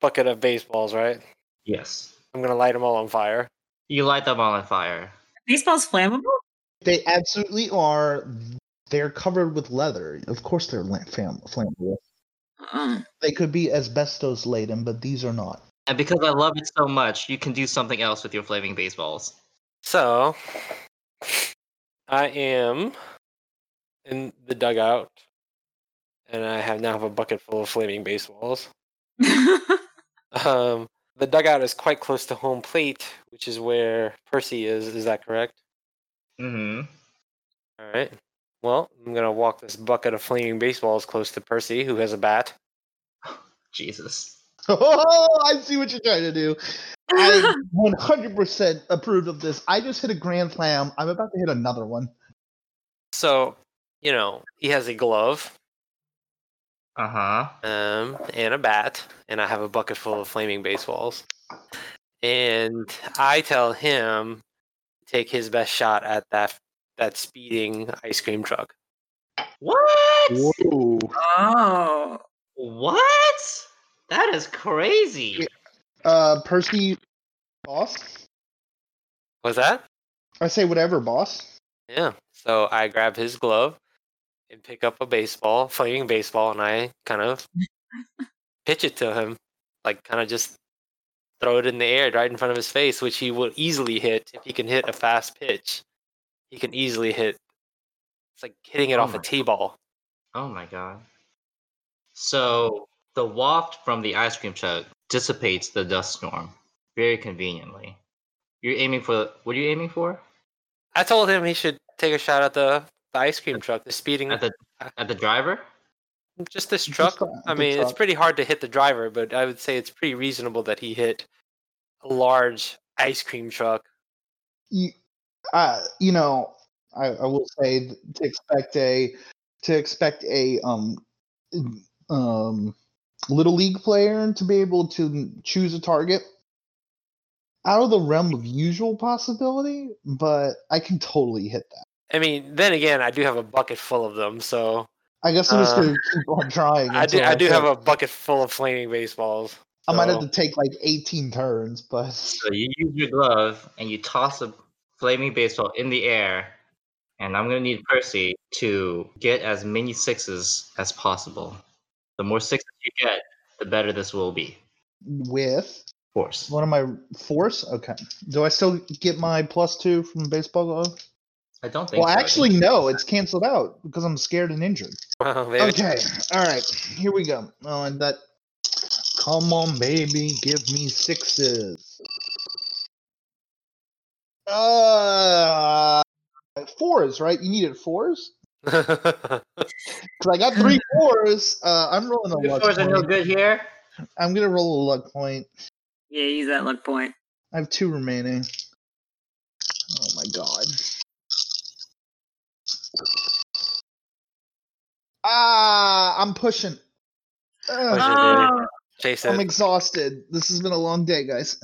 Speaker 4: bucket of baseballs. Right.
Speaker 2: Yes.
Speaker 4: I'm gonna light them all on fire.
Speaker 2: You light them all on fire.
Speaker 3: Baseball's flammable.
Speaker 1: They absolutely are. They're covered with leather. Of course, they're la- fam- flammable.
Speaker 3: Uh-uh.
Speaker 1: They could be asbestos laden, but these are not.
Speaker 2: And because I love it so much, you can do something else with your flaming baseballs.
Speaker 4: So, I am in the dugout, and I have now have a bucket full of flaming baseballs. Um, the dugout is quite close to home plate, which is where Percy is. Is that correct?
Speaker 2: Mm-hmm.
Speaker 4: All right. Well, I'm gonna walk this bucket of flaming baseballs close to Percy, who has a bat.
Speaker 2: Jesus.
Speaker 1: Oh, I see what you're trying to do. I 100% approved of this. I just hit a grand slam. I'm about to hit another one.
Speaker 4: So, you know, he has a glove,
Speaker 2: Uh-huh.
Speaker 4: um, and a bat, and I have a bucket full of flaming baseballs. and I tell him to take his best shot at that that speeding ice cream truck.
Speaker 2: What?
Speaker 5: Whoa.
Speaker 3: oh.
Speaker 2: What? That is crazy.
Speaker 1: Uh, Percy, boss.
Speaker 4: Was that?
Speaker 1: I say whatever, boss.
Speaker 4: Yeah. So I grab his glove and pick up a baseball, flaming baseball, and I kind of pitch it to him, like kind of just throw it in the air right in front of his face, which he will easily hit if he can hit a fast pitch. He can easily hit. It's like hitting it
Speaker 2: Oh
Speaker 4: off
Speaker 2: my
Speaker 4: a tee ball.
Speaker 2: Oh my god. So the waft from the ice cream truck dissipates the dust storm very conveniently. You're aiming for what are you aiming for?
Speaker 4: I told him he should take a shot at the, the ice cream truck, the speeding,
Speaker 2: At the at the driver?
Speaker 4: just this
Speaker 1: Just
Speaker 4: truck.
Speaker 1: the-
Speaker 4: I
Speaker 1: the
Speaker 4: mean, it's
Speaker 1: truck.
Speaker 4: pretty hard to hit the driver, but I would say it's pretty reasonable that he hit a large ice cream truck.
Speaker 1: you, uh, you know, I, I will say th- to expect a to expect a um um little league player to be able to choose a target out of the realm of usual possibility, but I can totally hit that.
Speaker 4: I mean, then again, I do have a bucket full of them, so
Speaker 1: I guess I'm just
Speaker 4: Uh,
Speaker 1: gonna keep on trying.
Speaker 4: I do.
Speaker 1: until
Speaker 4: I do
Speaker 1: hit.
Speaker 4: have a uh, bucket full of flaming baseballs.
Speaker 1: I might have
Speaker 4: so-
Speaker 1: to take like 18 turns, but
Speaker 2: So you use your glove and you toss a flaming baseball in the air, and I'm gonna need Percy to get as many sixes as possible. The more sixes you get, the better this will be.
Speaker 1: with
Speaker 2: Of course.
Speaker 1: one of my force. Okay, do I still get my plus two from baseball glove?
Speaker 2: I don't think
Speaker 1: Well,
Speaker 2: so.
Speaker 1: actually, no, it's canceled out because I'm scared and injured.
Speaker 4: Wow, baby.
Speaker 1: Okay, all right, here we go. Oh, and that. Come on, baby, give me sixes. Uh, fours, right? You needed fours because I got three fours. Uh, I'm rolling a luck
Speaker 2: Fours are no
Speaker 1: point.
Speaker 2: good here.
Speaker 1: I'm gonna roll a luck point.
Speaker 3: Yeah, use that luck point.
Speaker 1: I have two remaining. Oh my god. Ah, I'm pushing. Ugh,
Speaker 4: Push. there.
Speaker 3: Oh,
Speaker 4: Jason.
Speaker 1: I'm exhausted. This has been a long day, guys.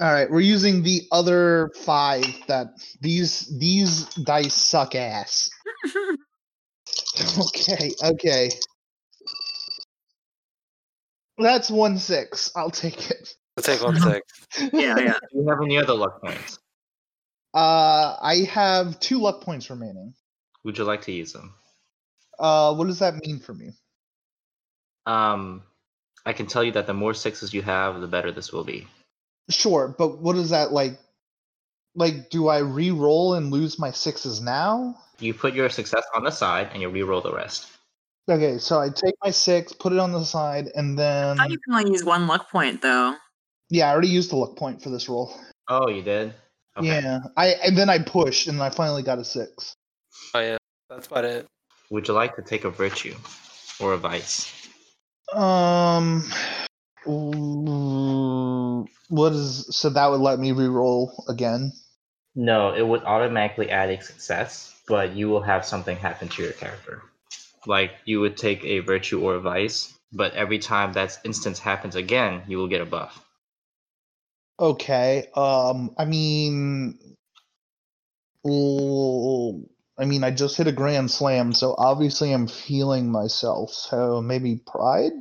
Speaker 1: All right, we're using the other five that these these dice suck ass.
Speaker 3: Oh.
Speaker 1: Okay, okay. That's one six. I'll take it.
Speaker 4: I'll take one sec.
Speaker 3: yeah, yeah.
Speaker 2: Do you have any other luck points?
Speaker 1: Uh, I have two luck points remaining.
Speaker 2: Would you like to use them?
Speaker 1: Uh, what does that mean for me?
Speaker 2: Um, I can tell you that the more sixes you have, the better this will be.
Speaker 1: Sure, but what is that like? Like, do I re-roll and lose my sixes now?
Speaker 2: You put your success on the side and you re-roll the rest.
Speaker 1: Okay, so I take my six, put it on the side, and
Speaker 3: I
Speaker 1: then
Speaker 3: thought you can only use one luck point though.
Speaker 1: yeah, I already used the luck point for this roll.
Speaker 2: Oh, you did.
Speaker 1: Yeah, I and then I pushed, and I finally got a six.
Speaker 4: Oh yeah, that's about it.
Speaker 2: Would you like to take a virtue or a vice?
Speaker 1: Um, ooh, what is so that would let me re-roll again?
Speaker 2: No, it would automatically add a success, but you will have something happen to your character. Like you would take a virtue or a vice, but every time that instance happens again, you will get a buff.
Speaker 1: Okay. Um, I mean, l- I mean, I just hit a grand slam, so obviously I'm feeling myself. So maybe pride,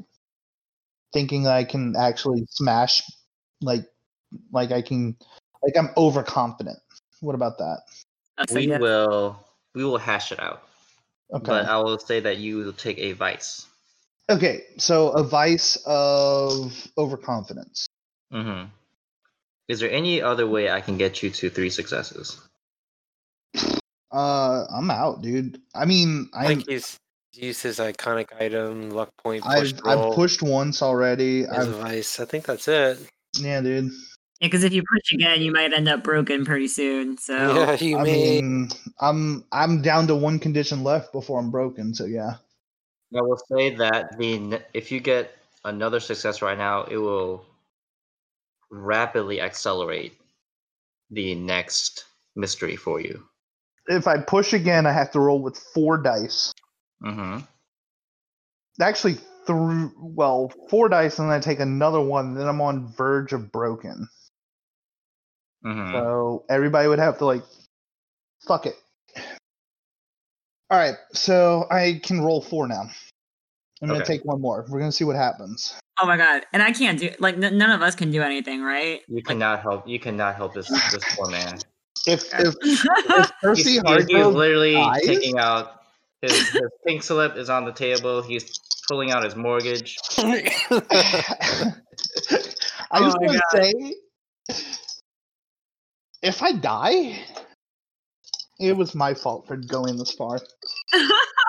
Speaker 1: thinking I can actually smash, like, like I can, like I'm overconfident. What about that?
Speaker 3: That's
Speaker 2: we
Speaker 3: a yes.
Speaker 2: will we will hash it out. But
Speaker 1: Okay.
Speaker 2: I will say that you will take a vice.
Speaker 1: Okay. So a vice of overconfidence.
Speaker 2: Mm-hmm. Is there any other way I can get you to three successes?
Speaker 1: Uh, I'm out, dude. I mean,
Speaker 4: I
Speaker 1: I
Speaker 4: think he's used his iconic item, luck point, push
Speaker 1: I've I've
Speaker 4: roll,
Speaker 1: pushed once already.
Speaker 4: his
Speaker 1: I've,
Speaker 4: vice. I think that's it.
Speaker 1: yeah, dude.
Speaker 3: Yeah, because if you push again, you might end up broken pretty soon. So
Speaker 4: Yeah, you
Speaker 1: I
Speaker 4: may.
Speaker 1: mean, I'm I'm down to one condition left before I'm broken. So yeah.
Speaker 2: I will say that the n- if you get another success right now, it will rapidly accelerate the next mystery for you.
Speaker 1: If I push again, I have to roll with four dice.
Speaker 2: Mm-hmm.
Speaker 1: Actually, through well, four dice, and then I take another one. Then I'm on verge of broken.
Speaker 2: Mm-hmm.
Speaker 1: So everybody would have to like, fuck it. All right, so I can roll four now. I'm gonna
Speaker 2: Okay.
Speaker 1: take one more. We're gonna see what happens.
Speaker 3: Oh my god! And I can't do like n- none of us can do anything, right?
Speaker 2: you cannot help. You cannot help this this poor man.
Speaker 1: If if,
Speaker 3: That's
Speaker 1: if Percy
Speaker 2: he's, he's- he's
Speaker 1: Hargrove,
Speaker 2: literally
Speaker 1: dies?
Speaker 2: taking out his, his pink slip is on the
Speaker 4: Oh
Speaker 2: table. He's pulling out his mortgage.
Speaker 1: I just
Speaker 3: my
Speaker 1: want to say, if I die, it was my fault for going this far.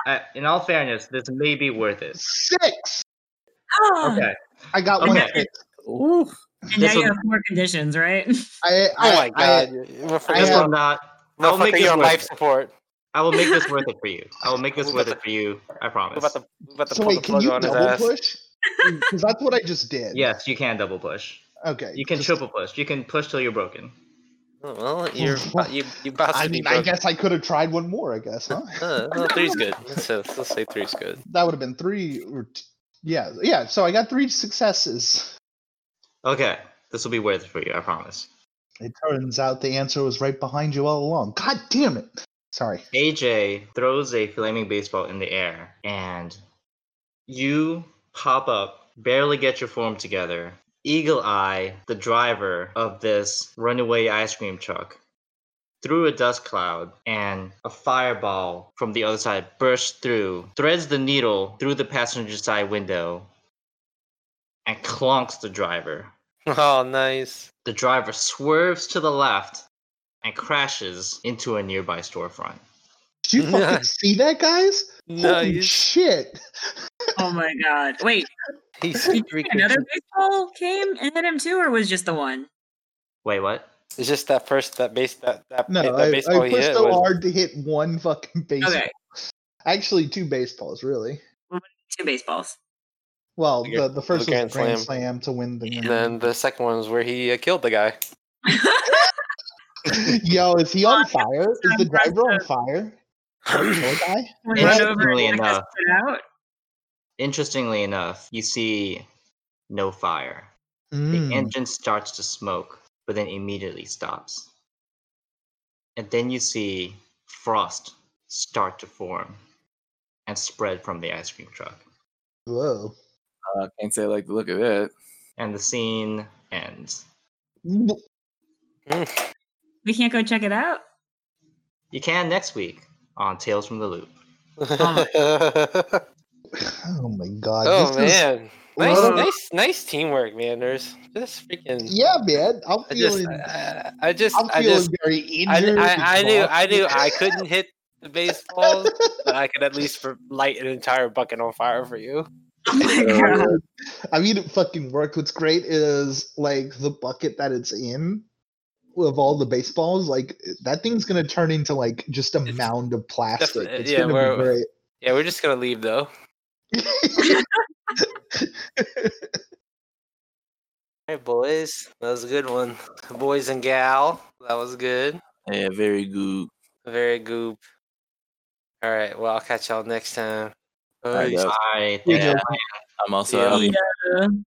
Speaker 2: Uh, in all fairness, this may be worth it.
Speaker 1: Six.
Speaker 2: Okay.
Speaker 1: I
Speaker 4: Oh,
Speaker 1: got one.
Speaker 2: Okay.
Speaker 1: six.
Speaker 5: Ooh.
Speaker 3: And now
Speaker 2: This
Speaker 3: you
Speaker 2: will-
Speaker 3: have four conditions, right?
Speaker 1: I,
Speaker 4: Oh
Speaker 1: I-
Speaker 4: my
Speaker 1: I-
Speaker 4: god. Motherfucker,
Speaker 1: I
Speaker 2: This
Speaker 1: have-
Speaker 2: will not. I'll make
Speaker 4: motherfucker,
Speaker 2: this
Speaker 4: you're on
Speaker 2: worth
Speaker 4: life
Speaker 2: it.
Speaker 4: support.
Speaker 2: I will make this worth it for you. I will make this
Speaker 4: We're
Speaker 2: worth
Speaker 4: about
Speaker 2: it for you. I
Speaker 4: We're
Speaker 2: promise.
Speaker 4: about to, we're about to
Speaker 1: so
Speaker 4: pull
Speaker 1: wait,
Speaker 4: the
Speaker 1: can
Speaker 4: plug
Speaker 1: you
Speaker 4: on his
Speaker 1: double
Speaker 4: ass.
Speaker 1: push? Because that's what I just did.
Speaker 2: Yes, you can double push.
Speaker 1: Okay.
Speaker 2: You can
Speaker 1: just-
Speaker 2: triple push. You can push till you're broken.
Speaker 4: Oh, Well, you're about- you you about to
Speaker 1: I
Speaker 4: be
Speaker 1: mean, I
Speaker 4: broken.
Speaker 1: guess I could have tried one more. I guess, huh?
Speaker 4: Uh, well, three's good. Let's, uh, let's say three's good.
Speaker 1: that would have been three. Or t- yeah, yeah. So I got three successes.
Speaker 2: Okay. This will be worth it for you. I promise.
Speaker 1: It turns out the answer was right behind you all along. God damn it! Sorry.
Speaker 2: AJ throws a flaming baseball in the air, and you pop up, barely get your form together. Eagle Eye, the driver of this runaway ice cream truck, through a dust cloud, and a fireball from the other side bursts through, threads the needle through the passenger side window, and clonks the driver.
Speaker 4: Oh, nice.
Speaker 2: The driver swerves to the left and crashes into a nearby storefront.
Speaker 1: Did you fucking see that, guys? Holy
Speaker 4: Nice.
Speaker 1: shit!
Speaker 3: oh my god. Wait,
Speaker 4: He's
Speaker 3: did you
Speaker 4: freaking-
Speaker 3: think another baseball came and hit him too, or was just the one?
Speaker 2: Wait, what?
Speaker 4: It's just that first that base that that,
Speaker 1: No,
Speaker 4: that
Speaker 1: I, I pushed
Speaker 4: baseball he hit
Speaker 1: so
Speaker 4: was
Speaker 1: hard to hit one fucking baseball.
Speaker 3: Okay,
Speaker 1: Actually, two baseballs, really.
Speaker 3: two baseballs.
Speaker 1: Well,
Speaker 4: Like a-
Speaker 1: the, the first
Speaker 4: the
Speaker 1: was the
Speaker 4: grand
Speaker 1: grand
Speaker 4: slam.
Speaker 1: slam to win the
Speaker 4: and then the second one was where he uh, killed the guy.
Speaker 1: Yo, is he on fire? Is the
Speaker 3: Um,
Speaker 1: driver on fire? Poor guy?
Speaker 3: We run over
Speaker 2: Interestingly
Speaker 3: and
Speaker 2: enough.
Speaker 3: it out.
Speaker 2: Interestingly enough, you see no fire. The
Speaker 1: Mm.
Speaker 2: engine starts to smoke, but then immediately stops. And then you see frost start to form and spread from the ice cream truck.
Speaker 1: Whoa.
Speaker 5: Uh, can't say I like the look of it.
Speaker 2: And the scene ends.
Speaker 3: We can't go check it out.
Speaker 2: You can next week on Tales from the Loop.
Speaker 4: oh
Speaker 1: Oh my god. this is-
Speaker 4: man, nice,
Speaker 1: Whoa.
Speaker 4: nice, nice teamwork, man. There's just freaking.
Speaker 1: yeah, man. I'm
Speaker 4: I just,
Speaker 1: feeling,
Speaker 4: I, I just,
Speaker 1: I'm
Speaker 4: I
Speaker 1: feeling
Speaker 4: just,
Speaker 1: very
Speaker 4: I,
Speaker 1: injured.
Speaker 4: I, I knew, I knew, I
Speaker 1: exhausted.
Speaker 4: couldn't hit the baseballs, but I could at least for- light an entire bucket on fire for you.
Speaker 3: Oh my
Speaker 5: Uh,
Speaker 3: god.
Speaker 1: I mean, it fucking worked. What's great is like the bucket that it's in of all the baseballs. Like that thing's gonna turn into like just a
Speaker 4: It's
Speaker 1: mound of plastic.
Speaker 4: definite-
Speaker 1: It's
Speaker 4: yeah,
Speaker 1: gonna be
Speaker 4: we're-
Speaker 1: great.
Speaker 4: Yeah, we're just gonna leave though. All right, boys, that was a good one. Boys and gal, that was good.
Speaker 5: yeah, very good.
Speaker 4: Very goop. All right, well, I'll catch y'all next time.
Speaker 5: I
Speaker 4: Peace.
Speaker 5: got-
Speaker 2: I
Speaker 1: Yeah.
Speaker 5: I'm also
Speaker 4: Yeah.
Speaker 5: out.
Speaker 3: Yeah.